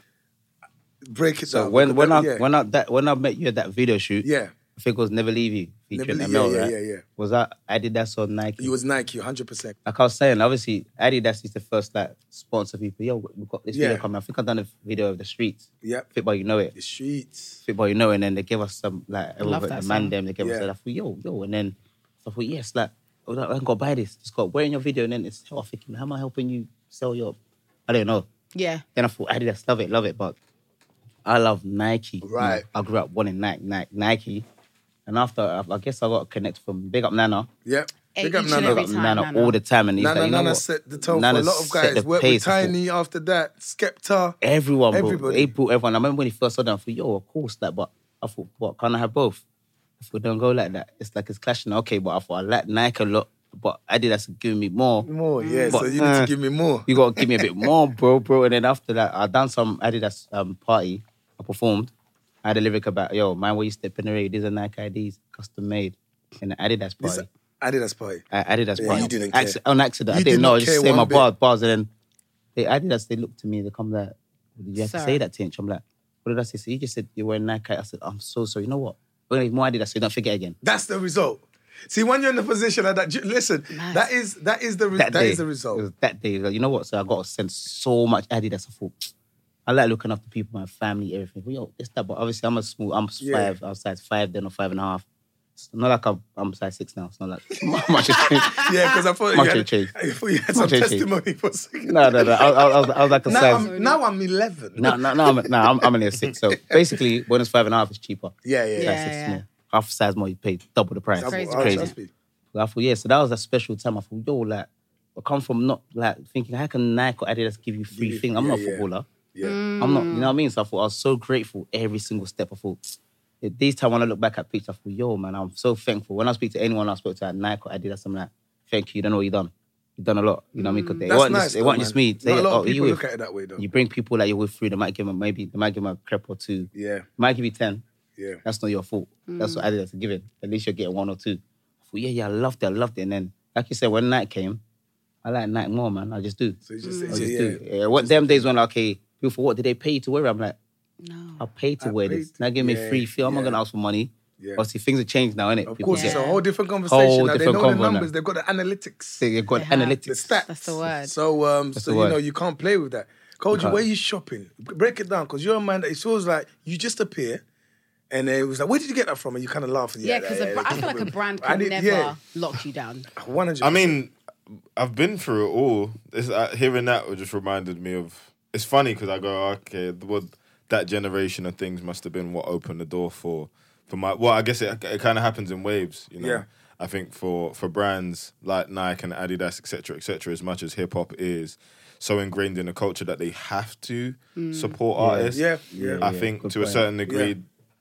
Speaker 3: Break it
Speaker 4: So
Speaker 3: down.
Speaker 4: when when I
Speaker 3: Because that- yeah.
Speaker 4: when I that when I met you at that video shoot,
Speaker 3: Yeah.
Speaker 4: I think it was Never Leave You featuring
Speaker 3: Never Leave-
Speaker 4: ML,
Speaker 3: yeah, yeah,
Speaker 4: right?
Speaker 3: yeah, yeah.
Speaker 4: Was that Adidas or Nike?
Speaker 3: You was Nike, 100%.
Speaker 4: like I was saying, obviously Adidas is the first like sponsor people. Yo, we've got this
Speaker 3: Yeah.
Speaker 4: video coming. I think I've done a video of the streets.
Speaker 3: Yep.
Speaker 4: Football, you know it.
Speaker 3: The streets.
Speaker 4: Football, you know, it. and then they gave us some like I
Speaker 2: love
Speaker 4: the
Speaker 2: that
Speaker 4: man
Speaker 2: song.
Speaker 4: them. They gave us
Speaker 3: Yeah.
Speaker 4: that. I thought, yo, yo, and then I thought, yes, like I was like, I can go buy this. Just got wearing your video, and then it's. Oh, I'm thinking, how am I helping you sell your? I don't know.
Speaker 2: Yeah.
Speaker 4: Then I thought Adidas, love it, love it, but I love Nike.
Speaker 3: Right.
Speaker 4: I grew up wanting Nike, Nike, Nike, and after I, I guess I got connected from Big Up Nana.
Speaker 3: Yep.
Speaker 2: Hey,
Speaker 3: Big up
Speaker 2: each and
Speaker 3: Nana.
Speaker 2: every
Speaker 4: Big Up
Speaker 2: time,
Speaker 4: Nana,
Speaker 2: Nana.
Speaker 4: all the time, and he's
Speaker 3: Nana
Speaker 4: like, you know
Speaker 3: Nana
Speaker 4: what?
Speaker 3: set the tone
Speaker 4: Nana
Speaker 3: for a lot of
Speaker 4: set
Speaker 3: guys.
Speaker 4: the
Speaker 3: Worked with
Speaker 4: pace. I thought,
Speaker 3: Tiny after that, Skepta.
Speaker 4: Everyone, bro.
Speaker 3: Everybody.
Speaker 4: They brought everyone. I remember when he first saw them, I thought, yo, of course that, but I thought, what, can't I have both? I thought, don't go like that. It's like it's clashing. Okay, but I thought I like Nike a lot, but Adidas is giving me more.
Speaker 2: Oh,
Speaker 3: More, yeah.
Speaker 4: But,
Speaker 3: so you need
Speaker 4: uh,
Speaker 3: to give me more.
Speaker 4: You gotta give me a bit more, bro, bro. And then after that, I done some Adidas um, party. I performed. I had a lyric about, yo, mind where you stepping away. These are Nike IDs, custom made, in an Adidas
Speaker 3: This
Speaker 4: party.
Speaker 3: Adidas party.
Speaker 4: I Adidas
Speaker 3: Yeah,
Speaker 4: party.
Speaker 3: you didn't
Speaker 4: Acc-
Speaker 3: care.
Speaker 4: on accident.
Speaker 3: You
Speaker 4: I didn't
Speaker 3: did
Speaker 4: know.
Speaker 3: not
Speaker 4: I was just
Speaker 3: care
Speaker 4: saying my
Speaker 3: one bit.
Speaker 4: bars, bars, and then they Adidas. They looked to me. They come like, you have to
Speaker 2: Sir.
Speaker 4: say that, Tinch. I'm like, what did I say? So you just said you were in Nike. I said, I'm so sorry. You know what? We're gonna need more Adidas. So you don't forget again.
Speaker 3: That's the result. See, when you're in the position like that, ju- listen, that is that is the re- that
Speaker 4: day,
Speaker 3: is the
Speaker 4: It
Speaker 3: result.
Speaker 4: was that day. Like, you know what? So I got to send so much Adidas. I thought. I like looking after people, my family, everything. But yo, it's that. But obviously, I'm a small. I'm
Speaker 3: Yeah.
Speaker 4: five. I was size five, then or five and a half. It's not like I'm, I'm size six now. It's not like much has changed.
Speaker 3: Yeah, because I thought you
Speaker 4: Much
Speaker 3: had,
Speaker 4: has changed.
Speaker 3: I thought you had some
Speaker 4: Much has changed.
Speaker 3: testimony for a second.
Speaker 4: No, no, no. I, I, I, was, I was like a
Speaker 3: Now
Speaker 4: size.
Speaker 3: I'm, now I'm 11.
Speaker 4: No, no, no, I'm, no, I'm, I'm only a six. So basically, when it's five and a half, it's cheaper.
Speaker 3: Yeah, yeah,
Speaker 2: Yeah.
Speaker 3: yeah.
Speaker 4: Size six more. Half size more, you pay double the price.
Speaker 3: Double-
Speaker 2: Crazy.
Speaker 3: oh,
Speaker 4: Crazy.
Speaker 3: trust me.
Speaker 4: I thought, yeah, so that was a special time. I thought, yo, like, I come from not like thinking, how can Nike or Adidas give you free things? I'm
Speaker 3: yeah,
Speaker 4: not a
Speaker 3: yeah.
Speaker 4: footballer.
Speaker 3: Yeah.
Speaker 4: I'm not, you
Speaker 3: Mm.
Speaker 4: know what I mean? So I thought, I was so grateful every single step. I thought, at this time when I look back at pictures, I thought, yo, man, I'm so thankful. When I speak to anyone I spoke to at Nike or Adidas, I'm like, thank you, you don't know what you done. You've done a lot. You know what I mean? 'Cause it
Speaker 3: Mm. That's
Speaker 4: wasn't,
Speaker 3: nice.
Speaker 4: just, it
Speaker 3: though,
Speaker 4: wasn't
Speaker 3: man.
Speaker 4: just me. They,
Speaker 3: Not a lot
Speaker 4: oh,
Speaker 3: of
Speaker 4: who
Speaker 3: people
Speaker 4: you
Speaker 3: look
Speaker 4: with?
Speaker 3: at it that way, though.
Speaker 4: You bring people that you're with through, they might give them maybe they might give them a crep or two.
Speaker 3: Yeah.
Speaker 4: Might give you ten.
Speaker 3: Yeah.
Speaker 4: That's not your fault. That's
Speaker 2: Mm.
Speaker 4: what Adidas are giving. At least you're getting one or two. I thought, yeah, yeah, I loved it, I loved it. And then, like you said, when night came, I like night more, man. I just do.
Speaker 3: So you just,
Speaker 4: I
Speaker 3: it's
Speaker 4: just
Speaker 3: just- yeah.
Speaker 4: Oh, do. Yeah, what them days when like, okay, people, for what did they pay you to wear? it? I'm like,
Speaker 2: No.
Speaker 4: I paid to
Speaker 3: I
Speaker 4: wear
Speaker 3: paid
Speaker 4: this.
Speaker 3: to-
Speaker 4: Now give me
Speaker 3: yeah,
Speaker 4: free feel. I'm not
Speaker 3: yeah.
Speaker 4: gonna ask for money.
Speaker 3: Yeah.
Speaker 4: Obviously, things have changed now, innit?
Speaker 3: Of course, it's a
Speaker 2: Yeah.
Speaker 3: whole different conversation. now
Speaker 4: different
Speaker 3: they know
Speaker 4: convo
Speaker 3: the
Speaker 4: now.
Speaker 3: numbers, they've got the analytics.
Speaker 4: They've got
Speaker 2: have.
Speaker 3: the
Speaker 4: analytics.
Speaker 3: stats.
Speaker 2: That's the word.
Speaker 3: So, um,
Speaker 4: the
Speaker 3: so you
Speaker 4: word.
Speaker 3: know you can't play with that. Koji,
Speaker 4: can't.
Speaker 3: where you shopping? Break it down, because you're a man that it feels like you just appear, and it was like, where did you get that from? And you kind of laugh.
Speaker 2: Yeah, because I feel like a brand
Speaker 3: I
Speaker 2: can
Speaker 3: did-
Speaker 2: never
Speaker 3: yeah.
Speaker 2: lock you down.
Speaker 3: One hundred.
Speaker 7: I mean, I've been through it all. It's, uh, hearing that just reminded me of. It's "Oh, funny because I go, okay, what that generation of things must have been what opened the door for for my well, I guess it, it kind of happens in waves, you know.
Speaker 3: Yeah.
Speaker 7: I think for for brands like Nike and Adidas, etc., cetera, etc., as much as hip hop is so ingrained in the culture that they have to support artists.
Speaker 3: Yeah, yeah.
Speaker 7: I
Speaker 4: Yeah,
Speaker 7: think to
Speaker 4: Mm. good
Speaker 7: a
Speaker 4: point.
Speaker 7: certain degree,
Speaker 3: Yeah.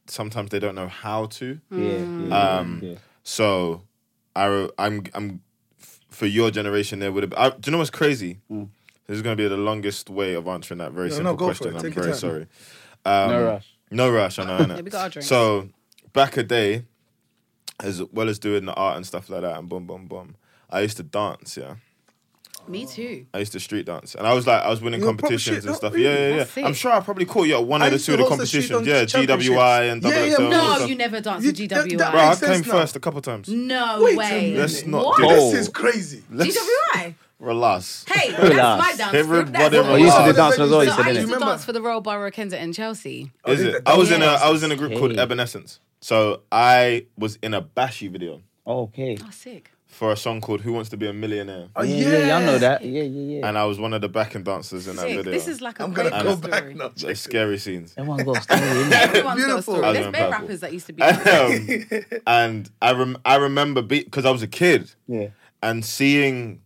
Speaker 7: sometimes they don't know how to.
Speaker 4: Yeah, yeah, Mm.
Speaker 7: Um,
Speaker 4: yeah.
Speaker 7: So, I, re- I'm, I'm, f- for your generation, there would have. I, do you know what's crazy? This is going to be the longest way of answering that very
Speaker 3: Mm. No, no,
Speaker 7: simple
Speaker 3: go for
Speaker 7: question.
Speaker 3: it.
Speaker 7: I'm
Speaker 3: Take your
Speaker 7: very
Speaker 3: time.
Speaker 7: sorry. Um,
Speaker 4: No rush.
Speaker 7: No rush. I know. I know.
Speaker 2: Yeah, we got our drinks.
Speaker 7: So, back a day, as well as doing the art and stuff like that, and boom, boom, boom. I used to dance. Yeah.
Speaker 2: Me too.
Speaker 7: I used to street dance, and I was like, I was winning
Speaker 3: You were proper shit,
Speaker 7: competitions and
Speaker 3: no,
Speaker 7: stuff.
Speaker 3: really?
Speaker 7: Yeah, yeah, yeah.
Speaker 2: That's
Speaker 7: I'm
Speaker 2: it.
Speaker 7: sure I probably caught you at one
Speaker 3: I
Speaker 7: of the
Speaker 3: used to
Speaker 7: two of the
Speaker 3: host the street
Speaker 7: competitions. Yeah,
Speaker 3: dance
Speaker 7: GWI and
Speaker 3: championships. Yeah, yeah,
Speaker 7: WXL.
Speaker 3: no,
Speaker 2: No,
Speaker 7: and stuff.
Speaker 2: you never danced
Speaker 3: You-
Speaker 2: to
Speaker 3: that-
Speaker 2: GWI.
Speaker 3: that
Speaker 7: Bro, I
Speaker 3: makes sense
Speaker 7: came
Speaker 3: now.
Speaker 7: first a couple times.
Speaker 2: no
Speaker 3: Wait a
Speaker 2: way.
Speaker 3: minute.
Speaker 7: Let's not
Speaker 2: what?
Speaker 7: do
Speaker 4: that.
Speaker 3: This is crazy.
Speaker 7: Let's
Speaker 2: GWI.
Speaker 7: relax.
Speaker 2: Hey, that's my
Speaker 4: Relax.
Speaker 2: dance. group.
Speaker 7: Everybody
Speaker 2: That's
Speaker 7: relax.
Speaker 2: what
Speaker 4: Oh,
Speaker 2: we
Speaker 4: you used to
Speaker 2: are.
Speaker 4: do dance as well. You
Speaker 2: So
Speaker 4: said
Speaker 2: I
Speaker 4: innit?
Speaker 2: used to
Speaker 3: Remember- Oh,
Speaker 2: dance for the Royal Borough Kensington in Chelsea.
Speaker 7: Is
Speaker 3: did
Speaker 7: it?
Speaker 3: that-
Speaker 7: I was
Speaker 3: yeah.
Speaker 7: in a I was in a group called
Speaker 4: Hey.
Speaker 7: Evanescence. So I was in a Bashy video
Speaker 4: Oh, okay.
Speaker 2: Oh, sick.
Speaker 7: for a song called "Who Wants to Be a Millionaire,"
Speaker 3: Oh,
Speaker 4: Yeah,
Speaker 3: yeah,
Speaker 4: yeah, yeah, I know that. Yeah, yeah, yeah.
Speaker 7: and I was one of the backing dancers in that
Speaker 2: Sick.
Speaker 7: video.
Speaker 2: This is like a
Speaker 3: I'm
Speaker 2: great
Speaker 3: gonna go
Speaker 2: love
Speaker 3: back
Speaker 2: story.
Speaker 3: now.
Speaker 7: Like, scary scenes.
Speaker 4: Everyone got a story, innit?
Speaker 2: Everyone's got a
Speaker 3: Beautiful.
Speaker 2: story.
Speaker 7: Other
Speaker 2: There's
Speaker 7: than
Speaker 2: bare
Speaker 7: purple.
Speaker 2: rappers that used to be.
Speaker 7: Um, and I rem- I remember because I was a kid.
Speaker 4: Yeah.
Speaker 7: and seeing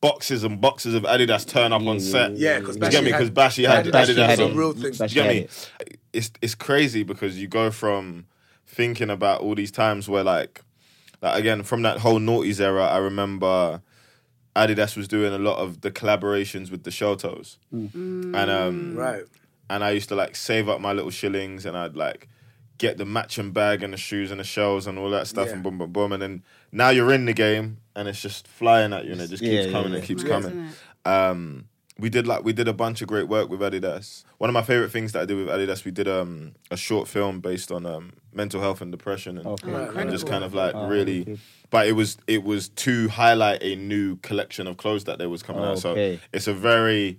Speaker 7: boxes and boxes of Adidas turn up on set.
Speaker 3: Yeah, because
Speaker 7: Do you get me? Because Bashi had
Speaker 4: Bashi
Speaker 7: Adidas.
Speaker 4: had
Speaker 7: on-
Speaker 4: it.
Speaker 3: real thing.
Speaker 7: Do
Speaker 4: Bashi
Speaker 7: you
Speaker 4: had
Speaker 7: get me?
Speaker 4: it.
Speaker 7: It's it's crazy because you go from thinking about all these times where like, like again from that whole noughties era. I remember Adidas was doing a lot of the collaborations with the Shotos, and um,
Speaker 3: Right.
Speaker 7: and I used to like save up my little shillings and I'd like get the matching bag and the shoes and the shells and all that stuff
Speaker 3: Yeah.
Speaker 7: and boom boom boom and then now you're in the game and it's just flying at you and it just
Speaker 4: Yeah,
Speaker 7: keeps
Speaker 4: yeah,
Speaker 7: coming
Speaker 4: yeah.
Speaker 7: and keeps
Speaker 2: Mad,
Speaker 7: coming. Um we did like we did a bunch of great work with Adidas. One of my favorite things that I did with Adidas, we did um a short film based on um mental health and depression and,
Speaker 4: Okay.
Speaker 7: and
Speaker 2: Incredible.
Speaker 7: just kind of like
Speaker 4: Oh,
Speaker 7: really
Speaker 4: wicked.
Speaker 7: but it was it was to highlight a new collection of clothes that they was coming out. So
Speaker 4: Okay.
Speaker 7: it's a very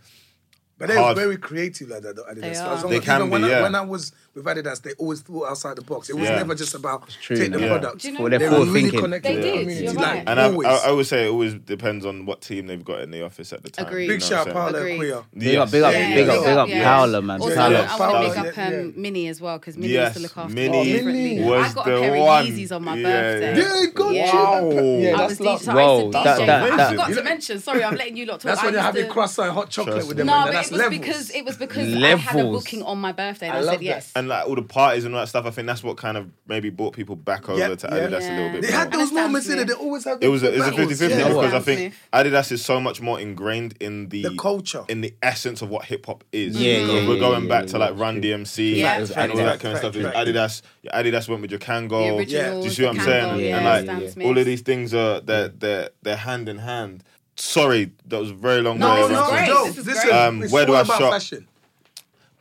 Speaker 3: But they're
Speaker 7: Hard.
Speaker 3: very creative like that, though, Adidas.
Speaker 2: They
Speaker 3: As
Speaker 2: are.
Speaker 3: long
Speaker 7: They
Speaker 3: as-
Speaker 7: can
Speaker 3: even when
Speaker 7: be,
Speaker 3: I,
Speaker 7: yeah.
Speaker 3: when I was with Adidas, they always thought outside the box. It was
Speaker 7: Yeah.
Speaker 3: never just about
Speaker 4: true,
Speaker 3: take the
Speaker 7: man. Yeah.
Speaker 3: product.
Speaker 2: Do you know
Speaker 4: Well,
Speaker 2: what?
Speaker 4: they're
Speaker 3: They were
Speaker 4: forward
Speaker 3: really
Speaker 4: thinking.
Speaker 3: connected
Speaker 2: They
Speaker 3: with
Speaker 2: did,
Speaker 3: the community.
Speaker 2: you're
Speaker 3: Like,
Speaker 2: right.
Speaker 7: And I,
Speaker 3: always.
Speaker 7: I, I would say it always depends on what team they've got in the office at the time.
Speaker 2: Agreed.
Speaker 7: you
Speaker 3: Big
Speaker 7: know
Speaker 3: shout
Speaker 7: what
Speaker 3: Paolo
Speaker 2: Agreed.
Speaker 3: Equia.
Speaker 7: I'm saying?
Speaker 4: Big up, big up,
Speaker 7: Yes.
Speaker 4: big up, big up.
Speaker 2: yeah.
Speaker 4: Paola, man.
Speaker 2: Also, I
Speaker 4: Paola.
Speaker 2: want to
Speaker 3: Paola.
Speaker 2: big up um, Minnie as well because Minnie used
Speaker 7: Yes,
Speaker 2: to look after
Speaker 7: Minnie
Speaker 2: me differently.
Speaker 7: was
Speaker 2: I got
Speaker 7: the
Speaker 2: a pair of
Speaker 7: one.
Speaker 2: Yeezys on my
Speaker 7: Yeah,
Speaker 2: birthday.
Speaker 7: yeah.
Speaker 3: Yeah, go
Speaker 2: Yeah.
Speaker 3: Wow.
Speaker 4: Yeah,
Speaker 2: I
Speaker 4: that's
Speaker 2: was DJ. I
Speaker 4: Whoa,
Speaker 2: used to DJ.
Speaker 4: that- that-
Speaker 2: I
Speaker 4: that-
Speaker 2: forgot to mention. Sorry, I'm letting you lot talk.
Speaker 3: That's when
Speaker 2: I
Speaker 3: you're
Speaker 2: used
Speaker 3: having
Speaker 2: to-
Speaker 3: croissant and hot chocolate with them.
Speaker 2: No,
Speaker 3: and
Speaker 2: but
Speaker 3: then that's
Speaker 2: it was
Speaker 3: levels.
Speaker 2: because it was because I had a
Speaker 4: Levels.
Speaker 2: booking on my birthday. And
Speaker 3: I
Speaker 2: I,
Speaker 3: love
Speaker 2: said
Speaker 3: that.
Speaker 2: yes.
Speaker 7: And like all the parties and all that stuff, I think that's what kind of maybe brought people back over
Speaker 3: Yeah,
Speaker 7: to
Speaker 3: yeah.
Speaker 7: Adidas a little bit.
Speaker 3: They
Speaker 7: more.
Speaker 3: had
Speaker 2: And
Speaker 3: those
Speaker 2: Stan
Speaker 3: moments in it.
Speaker 2: Smith.
Speaker 3: They always had
Speaker 7: it was a, it
Speaker 3: those
Speaker 7: was a 50
Speaker 3: battles.
Speaker 7: 50
Speaker 3: Yeah.
Speaker 7: because I
Speaker 2: Stan
Speaker 7: think Adidas is so much more ingrained in the,
Speaker 3: The culture.
Speaker 7: in the essence of what hip hop is.
Speaker 4: Yeah, yeah,
Speaker 7: Because we're
Speaker 4: yeah,
Speaker 7: going
Speaker 4: yeah,
Speaker 7: back
Speaker 4: yeah,
Speaker 7: to
Speaker 4: yeah,
Speaker 7: like Run DMC
Speaker 2: Yeah.
Speaker 7: and
Speaker 4: Fact,
Speaker 7: all that
Speaker 3: fact,
Speaker 7: kind of stuff.
Speaker 3: fact,
Speaker 7: It
Speaker 3: fact.
Speaker 7: was Adidas, Adidas went with your
Speaker 2: The
Speaker 7: Kango.
Speaker 2: original.
Speaker 7: Do you see what I'm saying?
Speaker 4: Yeah,
Speaker 2: Yeah,
Speaker 7: and like
Speaker 4: yeah.
Speaker 2: Stan Smith.
Speaker 7: all of these things are they're they're they're hand in hand. Sorry, that was a very long way.
Speaker 2: No,
Speaker 7: around.
Speaker 2: this is great.
Speaker 3: Joe,
Speaker 2: This is
Speaker 3: listen,
Speaker 2: great.
Speaker 7: Um,
Speaker 3: it's
Speaker 7: where do
Speaker 3: all
Speaker 7: I
Speaker 3: about
Speaker 7: shop?
Speaker 3: fashion.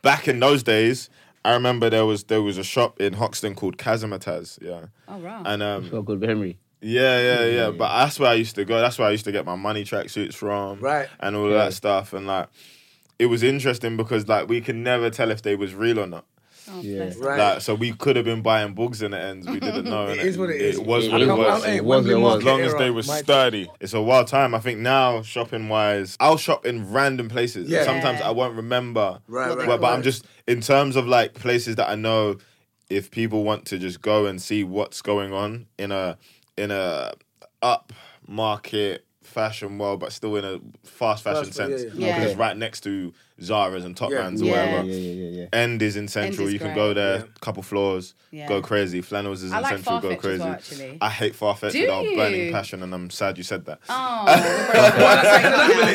Speaker 7: Back in those days, I remember there was there was a shop in Hoxton called Kazimataz. Yeah.
Speaker 2: Oh, wow.
Speaker 7: And um,
Speaker 4: Got good memory.
Speaker 7: yeah, yeah, yeah. But that's where I used to go. That's where I used to get my money tracksuits from.
Speaker 3: Right.
Speaker 7: And all of that stuff. And like, it was interesting because like we could never tell if they was real or not.
Speaker 2: Oh,
Speaker 4: Yeah.
Speaker 2: bless.
Speaker 3: Right.
Speaker 7: Like, so we could have been buying bugs in the ends. We didn't know.
Speaker 3: It
Speaker 7: innit?
Speaker 3: is what it is.
Speaker 7: It was
Speaker 4: It
Speaker 7: what it
Speaker 4: is
Speaker 7: was.
Speaker 4: what it
Speaker 3: Hey,
Speaker 4: was,
Speaker 3: Wembley
Speaker 4: it was.
Speaker 3: Market
Speaker 7: As long as
Speaker 3: era,
Speaker 7: they were
Speaker 3: my-
Speaker 7: sturdy. It's a wild time. I think now, shopping wise, I'll shop in random places.
Speaker 3: Yeah.
Speaker 7: Sometimes I won't remember.
Speaker 3: Right,
Speaker 7: where-
Speaker 3: right,
Speaker 7: But, I'm
Speaker 3: right.
Speaker 7: just, in terms of like places that I know, if people want to just go and see what's going on in a, in a up market, Fashion world, but still in a fast fashion
Speaker 3: Fast- yeah,
Speaker 7: sense
Speaker 3: yeah.
Speaker 7: because
Speaker 2: Yeah.
Speaker 7: it's right next to Zara's and Top
Speaker 3: Yeah.
Speaker 7: Man's or
Speaker 2: Yeah.
Speaker 7: whatever.
Speaker 4: Yeah, yeah, yeah, yeah.
Speaker 7: End is in Central.
Speaker 2: is
Speaker 7: you can
Speaker 2: great.
Speaker 7: go there,
Speaker 3: Yeah.
Speaker 7: couple floors,
Speaker 2: Yeah.
Speaker 7: go crazy. Flannels is
Speaker 2: I
Speaker 7: in
Speaker 2: like
Speaker 7: Central, go
Speaker 2: Farfetch as
Speaker 7: crazy.
Speaker 2: well, actually.
Speaker 7: I hate Farfetch
Speaker 2: Do
Speaker 7: with our burning
Speaker 2: you?
Speaker 7: passion, and I'm sad you said that.
Speaker 2: Oh, we're breaking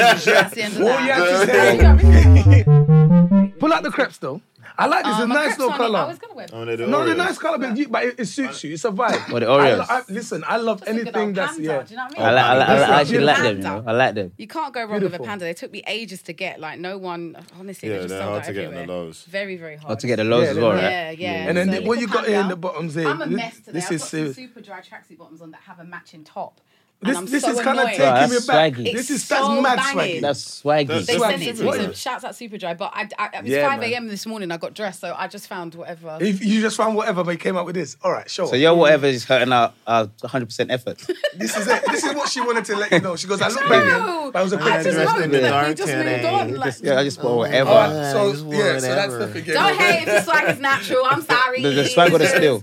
Speaker 2: up. That's the end of
Speaker 3: All you
Speaker 2: that.
Speaker 3: have to say- Pull out the crepes though. I like this.
Speaker 2: Oh,
Speaker 3: it's a
Speaker 2: my
Speaker 3: nice
Speaker 2: crepes
Speaker 3: little
Speaker 2: on it. I
Speaker 3: colour.
Speaker 2: was gonna wear
Speaker 7: Oh, they're the
Speaker 3: No, the
Speaker 7: Oreos.
Speaker 3: nice colour, but, you, but it, it suits you. It's a vibe.
Speaker 4: Or the Oreos.
Speaker 3: I, I, listen, I love
Speaker 2: a good
Speaker 3: anything
Speaker 2: old
Speaker 3: that's
Speaker 2: panda,
Speaker 3: yeah.
Speaker 2: "Oh, Do you know what I
Speaker 4: I,
Speaker 2: mean?
Speaker 4: like, I, like, I, like, I actually
Speaker 3: Panda.
Speaker 4: like them, you know. I like them.
Speaker 2: You can't go wrong
Speaker 3: Beautiful.
Speaker 2: with a panda. They took me ages to get. Like no one, honestly,
Speaker 7: Yeah,
Speaker 2: they just
Speaker 7: they're
Speaker 2: sold
Speaker 7: hard
Speaker 2: out
Speaker 7: to get in the
Speaker 2: everywhere.
Speaker 7: lows.
Speaker 2: Very, very hard.
Speaker 4: Hard to get the lows
Speaker 3: Yeah,
Speaker 4: as well,
Speaker 3: they're-
Speaker 4: right?
Speaker 2: Yeah, yeah.
Speaker 3: And then
Speaker 2: So
Speaker 3: the- what you got here in
Speaker 2: panda.
Speaker 3: the bottoms here?
Speaker 2: I'm a
Speaker 3: thi-
Speaker 2: mess today.
Speaker 3: This
Speaker 2: I've
Speaker 3: is
Speaker 2: got some
Speaker 3: serious.
Speaker 2: super dry tracksuit bottoms on that have a matching top.
Speaker 3: This,
Speaker 2: and I'm
Speaker 3: this
Speaker 2: so
Speaker 3: is kind of
Speaker 2: annoyed.
Speaker 3: taking
Speaker 4: Bro,
Speaker 3: me
Speaker 4: that's
Speaker 3: back.
Speaker 4: swaggy.
Speaker 3: This is
Speaker 2: It's
Speaker 3: that's
Speaker 2: so
Speaker 3: mad
Speaker 2: banging.
Speaker 3: swaggy.
Speaker 4: That's swaggy.
Speaker 2: They
Speaker 3: Swag
Speaker 2: sent it to me.
Speaker 3: Superjoy.
Speaker 2: So shouts out Superdry. But I, I, it was
Speaker 3: Yeah,
Speaker 2: 5
Speaker 3: man.
Speaker 2: a.m. this morning. I got dressed, so I just found whatever.
Speaker 3: If you just found whatever, but you came out with this. All right, sure.
Speaker 4: So your whatever is hurting our, our 100% efforts.
Speaker 3: This is it. This is what she wanted to let you know. She goes, I look back in, but I was a
Speaker 2: I
Speaker 3: pretty
Speaker 2: just
Speaker 7: dressed
Speaker 2: hope
Speaker 7: in the
Speaker 3: eh?
Speaker 2: that we
Speaker 7: dark
Speaker 2: just
Speaker 7: today.
Speaker 2: moved on. Like,
Speaker 4: yeah, I just bought whatever.
Speaker 3: All right, so
Speaker 7: just
Speaker 3: yeah, so that's the
Speaker 7: whatever.
Speaker 3: thing.
Speaker 2: don't hate if the swag is natural. I'm sorry.
Speaker 4: the, the swag or the
Speaker 2: It's just-
Speaker 4: steel?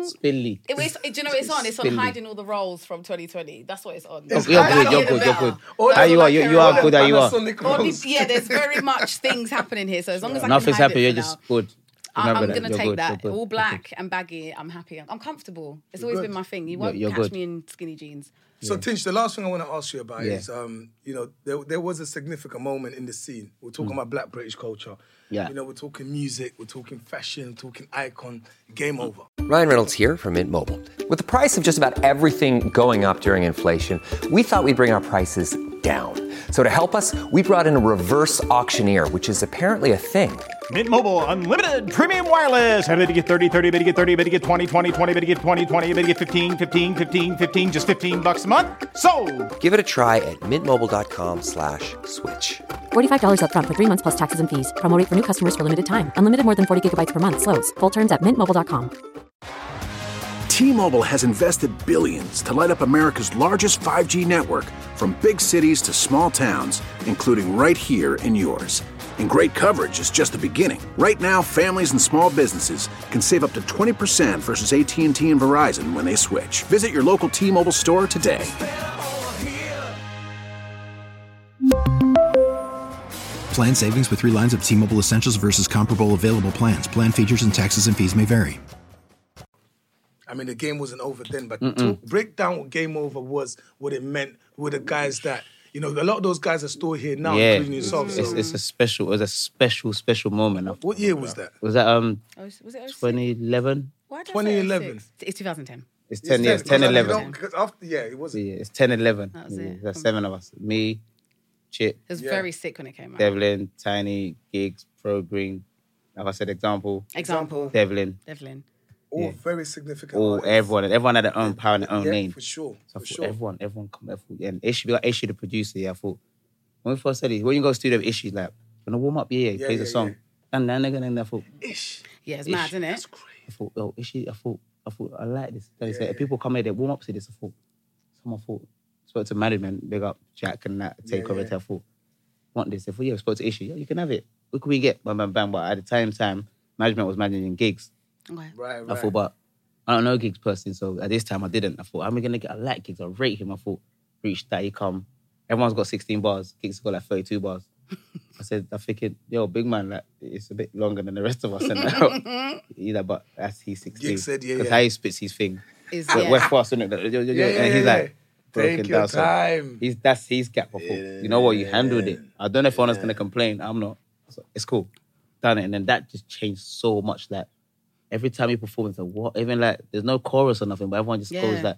Speaker 4: Spilly.
Speaker 11: It was, do you know what it's on? It's on
Speaker 4: Spilly.
Speaker 11: hiding all the roles from 2020. That's what it's on.
Speaker 4: You're good, you're good, you're good. Ah, you are, you, you are good, ah, you are.
Speaker 11: All these- yeah, there's very much things happening here. So as long as I
Speaker 4: Nothing's
Speaker 11: can hide
Speaker 4: happened,
Speaker 11: it
Speaker 4: you're
Speaker 11: for
Speaker 4: just
Speaker 11: now,
Speaker 4: good.
Speaker 11: I-
Speaker 4: Remember
Speaker 11: I'm gonna take
Speaker 4: you're good, you're
Speaker 11: that.
Speaker 4: good.
Speaker 11: All black and baggy. I'm happy. I'm comfortable. It's always been my thing. You won't
Speaker 4: you're
Speaker 11: catch
Speaker 4: good.
Speaker 11: me in skinny jeans.
Speaker 3: So, Tinch, the last thing I want to ask you about
Speaker 4: Yeah.
Speaker 3: is, um, you know, there, there was a significant moment in the scene. We're talking about Black British culture.
Speaker 4: Mm. Yeah.
Speaker 3: You know, we're talking music, we're talking fashion, talking icon. Game
Speaker 4: Mm.
Speaker 3: over.
Speaker 12: Ryan Reynolds here from Mint Mobile. With the price of just about everything going up during inflation, we thought we'd bring our prices down. So to help us, we brought in a reverse auctioneer, which is apparently a thing.
Speaker 13: Mint Mobile unlimited premium wireless. Ready to get 30, 30, bit to get 30, bit to get 20, 20, 20, bit to get 20, 20, bit to get 15, 15, 15, 15 just 15 bucks a month. So,
Speaker 12: Give it a try at mintmobile.com slash switch.
Speaker 14: $45 upfront for three months plus taxes and fees. Promo rate for new customers for limited time. Unlimited more than 40 gigabytes per month. Slows. Full terms at mintmobile.com.
Speaker 1: T-Mobile has invested billions to light up America's largest 5G network from big cities to small towns, including right here in yours. And great coverage is just the beginning. Right now, families and small businesses can save up to 20% versus AT&T and Verizon when they switch. Visit your local T-Mobile store today.
Speaker 15: Plan savings with three lines of T Mobile Essentials versus comparable available plans. Plan features and taxes and fees may vary.
Speaker 3: I mean, the game wasn't over then, but
Speaker 15: Mm-mm.
Speaker 3: talk, break down what game over was, what it meant, were the guys that, you know, a lot of those guys are still here now,
Speaker 4: yeah,
Speaker 3: including yourself.
Speaker 4: it's,
Speaker 3: so-
Speaker 4: it's a special. It was a special, special moment. I-
Speaker 3: what year was that?
Speaker 4: Was that um
Speaker 2: Oh, was was it 06?
Speaker 4: 2011?
Speaker 2: Why did I say
Speaker 3: 2011.
Speaker 2: 06? It's 2010.
Speaker 4: It's 10 years, 10, 11.
Speaker 3: Because after, yeah, it
Speaker 4: So,
Speaker 3: wasn't.
Speaker 4: yeah, it's 10, 11.
Speaker 2: That was
Speaker 4: Yeah,
Speaker 2: it.
Speaker 4: That's seven of us. Me, Chip,
Speaker 2: It was very sick when it came out.
Speaker 4: Devlin, Tiny, Gigs, Pro Green. Like I said, example.
Speaker 2: Example.
Speaker 4: Devlin.
Speaker 2: Devlin.
Speaker 3: All very significant.
Speaker 4: All everyone, everyone had their own power and their own
Speaker 3: yeah,
Speaker 4: name.
Speaker 3: for sure.
Speaker 4: So I
Speaker 3: for
Speaker 4: thought
Speaker 3: sure.
Speaker 4: everyone, everyone come everyone. And it should be like it should the producer. Yeah, I thought when we first said it, when you go to studio with Ishi, like when I warm up, yeah, yeah, he
Speaker 2: Yeah,
Speaker 4: plays a
Speaker 2: yeah,
Speaker 4: song. And then again, and I thought, Ish.
Speaker 2: Yeah, it's mad, isn't it?
Speaker 4: I thought, oh, Ishi, I thought, I thought, I like this. Then he said, if people come here, they warm up to this. I thought, someone thought, spoke to management, big up Jack and that, take
Speaker 2: Yeah,
Speaker 4: over.
Speaker 2: yeah.
Speaker 4: I thought, want this? If we yeah, spoke to Ishi, yeah, you can have it. What could we get? Bam, bam, bam. But at the time, time management was managing gigs.
Speaker 2: Okay.
Speaker 3: Right,
Speaker 4: I thought,
Speaker 3: right.
Speaker 4: but I don't know gigs person, so at this time I didn't. I thought, how am I gonna get? I like gigs. I rate him. I thought, reach that he come. Everyone's got 16 bars. Gigs has got like 32 bars. I said, I'm thinking, yo, big man, like it's a bit longer than the rest of us. And you know, but as he's 16,
Speaker 3: Giggs said, yeah,
Speaker 4: because
Speaker 3: yeah.
Speaker 4: how he spits his thing.
Speaker 3: Is-
Speaker 4: But
Speaker 3: yeah.
Speaker 4: we're fast, isn't it? Yo, yo, yo,
Speaker 3: Yeah, yeah,
Speaker 4: and he's
Speaker 3: yeah,
Speaker 4: like.
Speaker 3: yeah.
Speaker 4: broken
Speaker 3: Take your
Speaker 4: down, so
Speaker 3: time.
Speaker 4: He's that's his gap. I thought, you know what? You handled it. I don't know if anyone's gonna complain. I'm not. So it's cool. Done it, and then that just changed so much. That every time you perform, it's like, what? Even like, there's no chorus or nothing, but everyone just goes
Speaker 2: Yeah.
Speaker 4: like,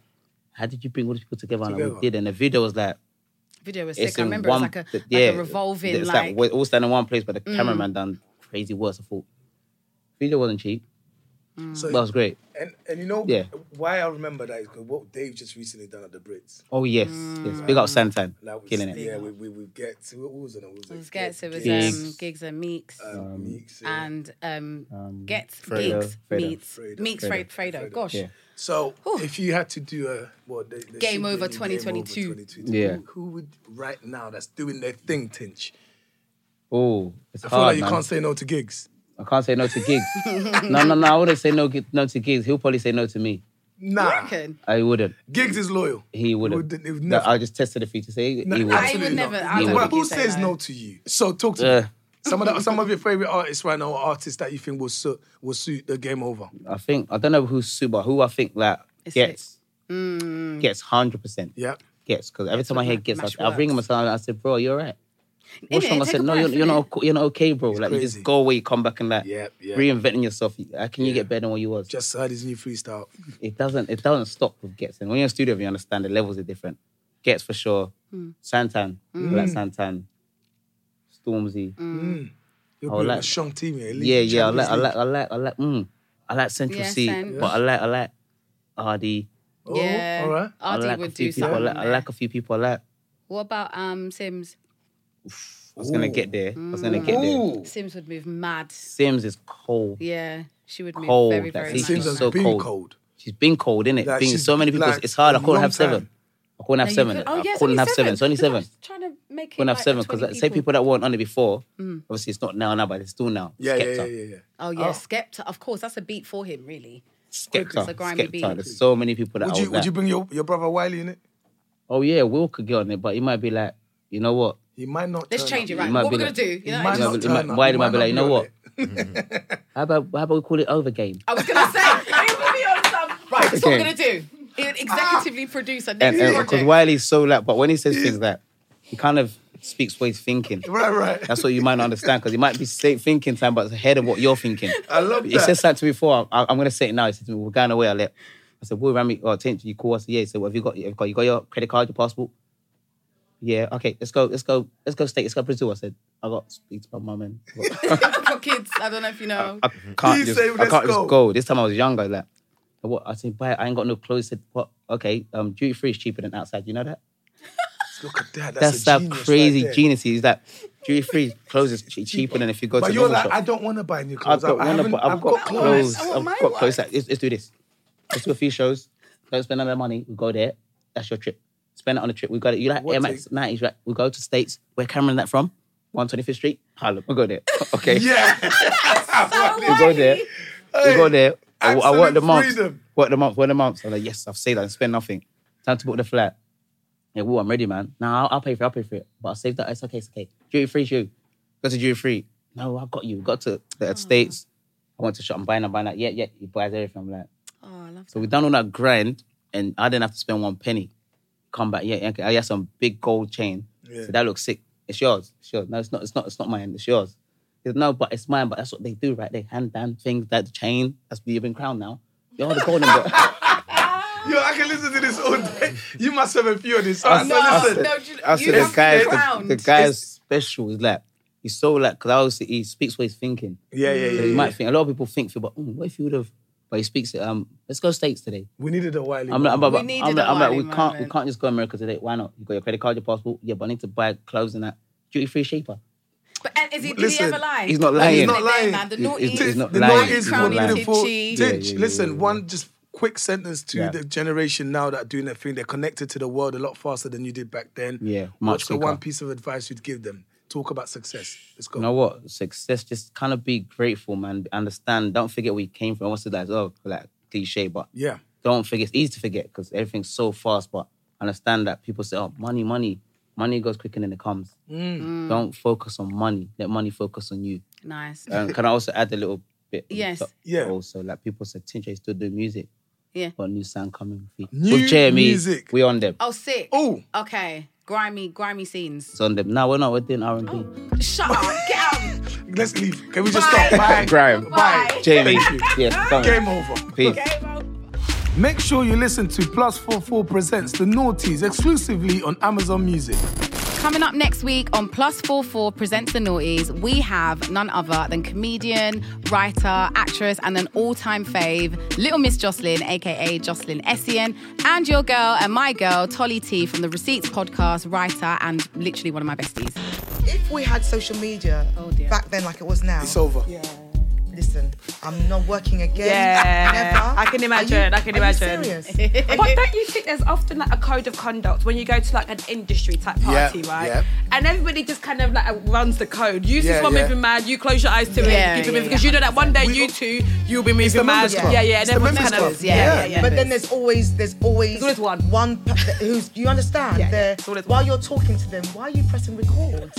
Speaker 4: how did you bring all these people together? And
Speaker 2: Together.
Speaker 4: we did, and the video was like,
Speaker 2: Video was
Speaker 4: it's
Speaker 2: sick. I
Speaker 4: in
Speaker 2: remember
Speaker 4: one,
Speaker 2: it was like a,
Speaker 4: th-
Speaker 2: like
Speaker 4: yeah,
Speaker 2: a revolving,
Speaker 4: It's
Speaker 2: like,
Speaker 4: we're all standing in one place, but the
Speaker 2: Mm.
Speaker 4: cameraman done crazy words. I thought, video wasn't cheap,
Speaker 3: So-
Speaker 4: but it was great.
Speaker 3: And, and you know
Speaker 4: Yeah.
Speaker 3: why I remember that is because what they've just recently done at the Brits.
Speaker 4: Oh yes, yes, big up Santan,
Speaker 3: Mm. That was,
Speaker 4: killing it.
Speaker 3: Yeah, we, we, we get to what was it? What was it?
Speaker 2: It was Gets, it was
Speaker 4: Gigs.
Speaker 2: um, Gigs and Meeks.
Speaker 4: Um,
Speaker 2: And um,
Speaker 4: Um,
Speaker 2: Gets,
Speaker 4: Fredo,
Speaker 2: Gigs,
Speaker 4: Fredo.
Speaker 2: Meeks,
Speaker 4: Fredo.
Speaker 2: Meeks,
Speaker 4: Fredo.
Speaker 2: Fredo, Fredo. Gosh.
Speaker 4: Yeah.
Speaker 3: So if you had to do a well, they, they
Speaker 2: Game
Speaker 3: should
Speaker 2: over
Speaker 3: do Game
Speaker 2: 2022.
Speaker 4: Yeah.
Speaker 3: Who, who would right now that's doing their thing, Tinch?
Speaker 4: Oh, it's
Speaker 3: I feel
Speaker 4: hard.
Speaker 3: like you
Speaker 4: man.
Speaker 3: can't say no to gigs.
Speaker 4: I can't say no to gigs. no, no, no. I wouldn't say no, gi- no to gigs. He'll probably say no to me.
Speaker 3: Nah.
Speaker 4: I wouldn't.
Speaker 3: Gigs is loyal.
Speaker 4: He wouldn't.
Speaker 3: Wouldn't- he would
Speaker 4: No,
Speaker 3: never.
Speaker 4: I just tested the feature. Say he
Speaker 3: No,
Speaker 4: wouldn't.
Speaker 3: absolutely not.
Speaker 4: He
Speaker 3: Well,
Speaker 4: wouldn't.
Speaker 3: who says no to you? So talk to
Speaker 4: Yeah.
Speaker 3: me. Some of the, some of your favorite artists right now, or artists that you think will suit will suit the game over.
Speaker 4: I think I don't know who's super. Who I think like
Speaker 3: It's
Speaker 4: gets
Speaker 2: Mm.
Speaker 4: gets hundred percent.
Speaker 3: Yeah.
Speaker 4: Gets because every time I hear gets,
Speaker 2: match
Speaker 4: I, I ring him and I said, "Bro, you're right." What's
Speaker 2: Innit?
Speaker 4: wrong? I
Speaker 2: Take
Speaker 4: said,
Speaker 2: a
Speaker 4: "No,
Speaker 2: breath,
Speaker 4: you're, you're
Speaker 2: innit?
Speaker 4: not. co- You're not okay, bro. like you just go away, come back, and like
Speaker 3: Yep, yep.
Speaker 4: reinventing yourself. How can you
Speaker 3: Yeah.
Speaker 4: get better than what you was?"
Speaker 3: Just heard his new freestyle.
Speaker 4: It doesn't. It doesn't stop with gets. And when you're in studio, you understand the levels are different. Gets for sure.
Speaker 2: Hmm.
Speaker 3: Mm.
Speaker 4: Santan,
Speaker 3: Mm.
Speaker 4: Black Santan, Stormzy.
Speaker 2: Hmm.
Speaker 3: Mm. You're
Speaker 4: I would
Speaker 3: building
Speaker 4: like-
Speaker 3: a strong team here. Elite
Speaker 4: Yeah, yeah. I
Speaker 3: Champions
Speaker 4: like, I
Speaker 3: League.
Speaker 4: like, I like, I like. Mm, I like Central
Speaker 3: Yeah,
Speaker 4: C,
Speaker 3: Cent.
Speaker 4: but I like, I like RD.
Speaker 3: Oh, Yeah. alright.
Speaker 4: I
Speaker 2: RD
Speaker 4: like a
Speaker 2: would
Speaker 4: few
Speaker 2: do
Speaker 4: people. I
Speaker 2: something
Speaker 4: like, I like a few people. I like.
Speaker 2: What about um, Sims?
Speaker 4: I was gonna get there. I was gonna
Speaker 2: Hmm.
Speaker 4: get there.
Speaker 2: Sims would move mad.
Speaker 4: Sims is cold,
Speaker 2: Yeah, she would move
Speaker 4: cold.
Speaker 2: very,
Speaker 4: Like,
Speaker 2: very
Speaker 4: she's
Speaker 2: mad.
Speaker 4: been so
Speaker 3: been
Speaker 4: cold.
Speaker 3: cold.
Speaker 4: She's been cold, innit?
Speaker 3: Like,
Speaker 4: Being
Speaker 3: she's
Speaker 4: so many people,
Speaker 3: like,
Speaker 4: it's hard. I couldn't
Speaker 3: long
Speaker 4: have seven.
Speaker 3: time.
Speaker 4: I couldn't have
Speaker 2: No, you
Speaker 4: seven.
Speaker 2: could- oh, yeah,
Speaker 4: I
Speaker 2: it's
Speaker 4: couldn't
Speaker 2: only
Speaker 4: have seven. It's only
Speaker 2: seven.
Speaker 4: seven.
Speaker 2: Trying to make it.
Speaker 4: Couldn't have
Speaker 2: like
Speaker 4: seven
Speaker 2: 20
Speaker 4: because say people that weren't on it before.
Speaker 2: Mm.
Speaker 4: Obviously, it's not now, now, but it's still now.
Speaker 3: Yeah, yeah,
Speaker 4: Skepta.
Speaker 3: yeah, yeah.
Speaker 2: Oh yeah,
Speaker 4: Oh.
Speaker 2: Skepta. Of course, that's a beat for him, really.
Speaker 4: Skepta.
Speaker 2: It's a grimy beat.
Speaker 4: Skepta. There's so many people that
Speaker 2: Would
Speaker 4: I
Speaker 2: you-
Speaker 4: was
Speaker 2: would
Speaker 4: like,
Speaker 2: you
Speaker 3: bring your, your brother Wiley in it?
Speaker 4: Oh yeah, Will could get on it, but he might be like, you know what?
Speaker 3: He might not.
Speaker 2: Let's
Speaker 3: turn
Speaker 2: change it,
Speaker 3: up.
Speaker 2: right?
Speaker 4: might
Speaker 2: What
Speaker 4: be
Speaker 2: we're
Speaker 4: like-
Speaker 2: gonna do? You know,
Speaker 3: might
Speaker 2: it's-
Speaker 4: Yeah,
Speaker 3: not
Speaker 4: but he
Speaker 3: turn
Speaker 4: might-
Speaker 3: up.
Speaker 4: Wiley
Speaker 3: He
Speaker 4: might
Speaker 3: might
Speaker 4: be like, you
Speaker 3: not
Speaker 4: know
Speaker 3: be on
Speaker 4: what? how about how about we call it over game?
Speaker 2: I was gonna say it would be on some. Right, this is what we're gonna
Speaker 4: Okay.
Speaker 2: do. Executively producer
Speaker 4: And
Speaker 2: next
Speaker 4: because
Speaker 2: project.
Speaker 4: Wiley's so like, but when he says things like, he kind of speaks what he's thinking.
Speaker 3: Right, right.
Speaker 4: That's what you might not understand because he might be say- thinking time, but it's ahead of what you're thinking.
Speaker 3: I love
Speaker 4: He
Speaker 3: that.
Speaker 4: said something to me before. I, I'm going to say it now. He said to me, "We're going away." I let. I said, "Boy, Rami, oh, attention, you call us." Yeah. He said, "What have you got? You got, you got your credit card, your passport?" Yeah. Okay. Let's go. Let's go. Let's go. State. Let's go Brazil. I said, "I got to speak to my mum and
Speaker 2: For kids, I don't know if you know.
Speaker 4: I Mm-hmm. can't
Speaker 2: He
Speaker 4: just.
Speaker 2: said,
Speaker 4: I
Speaker 2: "Let's
Speaker 4: can't
Speaker 2: go."
Speaker 4: just go." This time I was younger. Like, what? I said, "But I ain't got no clothes." He said, "What? Okay. Um, duty free is cheaper than outside. You know that?"
Speaker 3: Look at that.
Speaker 4: That's,
Speaker 3: That's,
Speaker 4: how
Speaker 3: a genius
Speaker 4: crazy
Speaker 3: right there.
Speaker 4: genius he is. That duty free clothes is che- cheaper than if you go
Speaker 3: But
Speaker 4: to
Speaker 3: you're
Speaker 4: normal
Speaker 3: like,
Speaker 4: shop.
Speaker 3: I don't want to buy new
Speaker 4: I've
Speaker 3: clothes.
Speaker 4: got,
Speaker 3: I, I
Speaker 4: one,
Speaker 3: haven't,
Speaker 4: but I've got clothes.
Speaker 3: I want
Speaker 4: I've
Speaker 3: my
Speaker 4: got clothes. Like, let's, let's do this. Let's do a few shows. Don't spend all that money. We go there. That's your trip. Spend it on a trip. We got it. You like
Speaker 3: What
Speaker 4: Air Max 90s, right? We go to States. Where Cameron that from? 125th Street? Harlem. We go there. Okay.
Speaker 3: Yeah.
Speaker 2: Oh,
Speaker 4: we go there. We go there. I, I work the
Speaker 3: absolute
Speaker 4: month.
Speaker 3: freedom.
Speaker 4: Work the month. Work the month. I'm like, yes, I've saved that and spend nothing. Time to book the flat. Yeah, well, I'm ready, man. Now I'll, I'll pay for it. I'll pay for it. But I saved that. It's okay. It's okay. Duty free, you. Go to duty free. No, I've got you. Got to the States. I went to shop. I'm buying. I'm buying. Like, yeah, yeah. He buys everything. I'm like,
Speaker 2: Oh, I love
Speaker 4: so we done all that grind, and I didn't have to spend one penny. Come back, yeah, okay. I had some big gold chain.
Speaker 3: Yeah.
Speaker 4: So that looks sick. It's yours. It's yours. No, it's not. It's not. It's not mine. It's yours. He said, no, but it's mine. But that's what they do, right? They hand down things. That chain. That's you've been crowned now. You're the golden boy.
Speaker 3: Yo, I can listen to this all day. You must have a few of this. So
Speaker 4: I- I
Speaker 3: listen.
Speaker 4: said- I said the guy's the, the guy's
Speaker 3: It's-
Speaker 4: special. He's like he's so like because obviously he speaks what he's thinking.
Speaker 3: Yeah, yeah,
Speaker 4: So
Speaker 3: yeah,
Speaker 4: You
Speaker 3: yeah.
Speaker 4: might think a lot of people think, but mm, what if you would have? But he speaks it. Um, let's go states today.
Speaker 3: We needed a Wiley.
Speaker 4: I'm like, I'm like,
Speaker 3: moment.
Speaker 4: I'm like, I'm like, we can't, we can't just go America today. Why not? You got your credit card, your passport. Yeah, but I need to buy clothes and that duty free cheaper.
Speaker 2: But and is he, did
Speaker 3: Listen,
Speaker 2: he ever lie?
Speaker 4: he's not lying. He's not
Speaker 2: Like,
Speaker 3: lying.
Speaker 2: Man, the
Speaker 4: He's-
Speaker 2: naughty.
Speaker 4: he's- he's not
Speaker 3: the
Speaker 4: lying.
Speaker 3: note is
Speaker 4: He's not lying.
Speaker 3: beautiful.
Speaker 2: Titchy.
Speaker 4: Yeah, yeah,
Speaker 3: Tinch,
Speaker 4: yeah,
Speaker 3: listen,
Speaker 4: yeah.
Speaker 3: one just quick sentence to
Speaker 4: Yeah.
Speaker 3: the generation now that are doing their thing. They're connected to the world a lot faster than you did back then.
Speaker 4: Yeah,
Speaker 3: What's
Speaker 4: much
Speaker 3: the
Speaker 4: quicker.
Speaker 3: one piece of advice you'd give them? Talk about success. Let's go.
Speaker 4: You know what? Success, just kind of be grateful, man. Understand. Don't forget where you came from. I want to say that as well, like cliche, but
Speaker 3: Yeah.
Speaker 4: don't forget. It's easy to forget because everything's so fast, but understand that people say, oh, money, money. Money goes quicker than it comes.
Speaker 2: Mm.
Speaker 4: Don't focus on money. Let money focus on you.
Speaker 2: Nice.
Speaker 4: Um, can I also add a little bit? on
Speaker 2: Yes.
Speaker 4: top?
Speaker 3: Yeah.
Speaker 4: Also, like people said, Tinjay still do music.
Speaker 2: Yeah.
Speaker 4: Got a new sound coming.
Speaker 3: New
Speaker 4: With Jeremy,
Speaker 3: music.
Speaker 4: We on them.
Speaker 2: Oh, sick.
Speaker 3: Oh.
Speaker 2: Okay. Grimy, grimy scenes.
Speaker 4: It's on them. No, we're not. We're doing R and B.
Speaker 3: Oh.
Speaker 2: Shut up. Get out.
Speaker 3: Let's leave. Can we just stop? Bye.
Speaker 4: Graham.
Speaker 3: Bye.
Speaker 4: Jamie.
Speaker 3: Thank you.
Speaker 4: Yes. come on.
Speaker 3: Game over.
Speaker 4: Peace.
Speaker 3: Make sure you listen to Plus 44 Presents The Naughties exclusively on Amazon Music.
Speaker 2: Coming up next week on Plus 44 Presents the Naughties, we have none other than comedian, writer, actress, and an all time fave, Little Miss Jocelyn, aka Jocelyn Essien, and your girl and my girl, Tolly T from the Receipts podcast, writer, and literally one of my besties.
Speaker 9: If we had social media back then like it was now.
Speaker 3: It's over.
Speaker 9: Yeah. Listen, I'm not working again.
Speaker 1: Yeah,
Speaker 9: Never.
Speaker 1: I can imagine.
Speaker 9: Are you-
Speaker 1: I can
Speaker 9: are you
Speaker 1: imagine.
Speaker 9: serious?
Speaker 1: but don't you think there's often like a code of conduct when you go to like an industry type
Speaker 9: Yeah,
Speaker 1: party, right?
Speaker 9: yeah.
Speaker 1: And everybody just kind of like runs the code. You
Speaker 9: Yeah,
Speaker 1: just one
Speaker 9: yeah.
Speaker 1: moving mad, you close your eyes to it,
Speaker 9: Yeah,
Speaker 1: you keep it
Speaker 9: yeah,
Speaker 1: moving because you know that one day you two you'll be moving mad.
Speaker 9: members club.
Speaker 1: Yeah, yeah, and everyone's kind of
Speaker 9: But then there's always there's always one one pe- that- who's you understand? They're- While you're talking to them, why are you pressing record?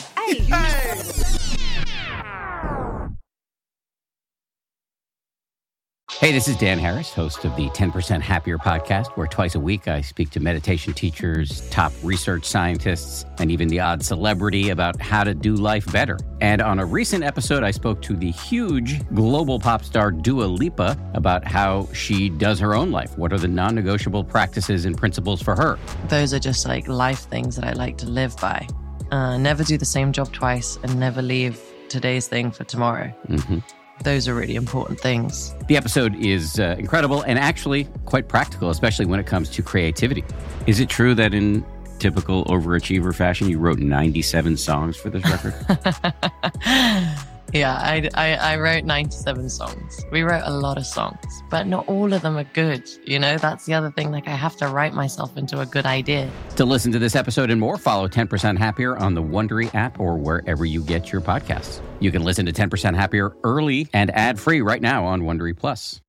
Speaker 10: Hey, this is Dan Harris, host of the 10% Happier podcast, where twice a week I speak to meditation teachers, top research scientists, and even the odd celebrity about how to do life better. And on a recent episode, I spoke to the huge global pop star Dua Lipa about how she does her own life. What are the non negotiable practices and principles for her?
Speaker 6: Those are just like life things that I like to live by. Uh, never do the same job twice and never leave today's thing for tomorrow.
Speaker 10: Mm-hmm.
Speaker 6: Those are really important things.
Speaker 10: The episode is uh, incredible and actually quite practical, especially when it comes to creativity.
Speaker 16: Is it true that in typical overachiever fashion, you wrote 97 songs for this record?
Speaker 6: Yeah, I, I, I wrote 97 songs. We wrote a lot of songs, but not all of them are good. You know, that's the other thing. Like, I have to write myself into a good idea.
Speaker 10: To listen to this episode and more, follow 10% Happier on the Wondery app or wherever you get your podcasts. You can listen to 10% Happier early and ad-free right now on Wondery Plus.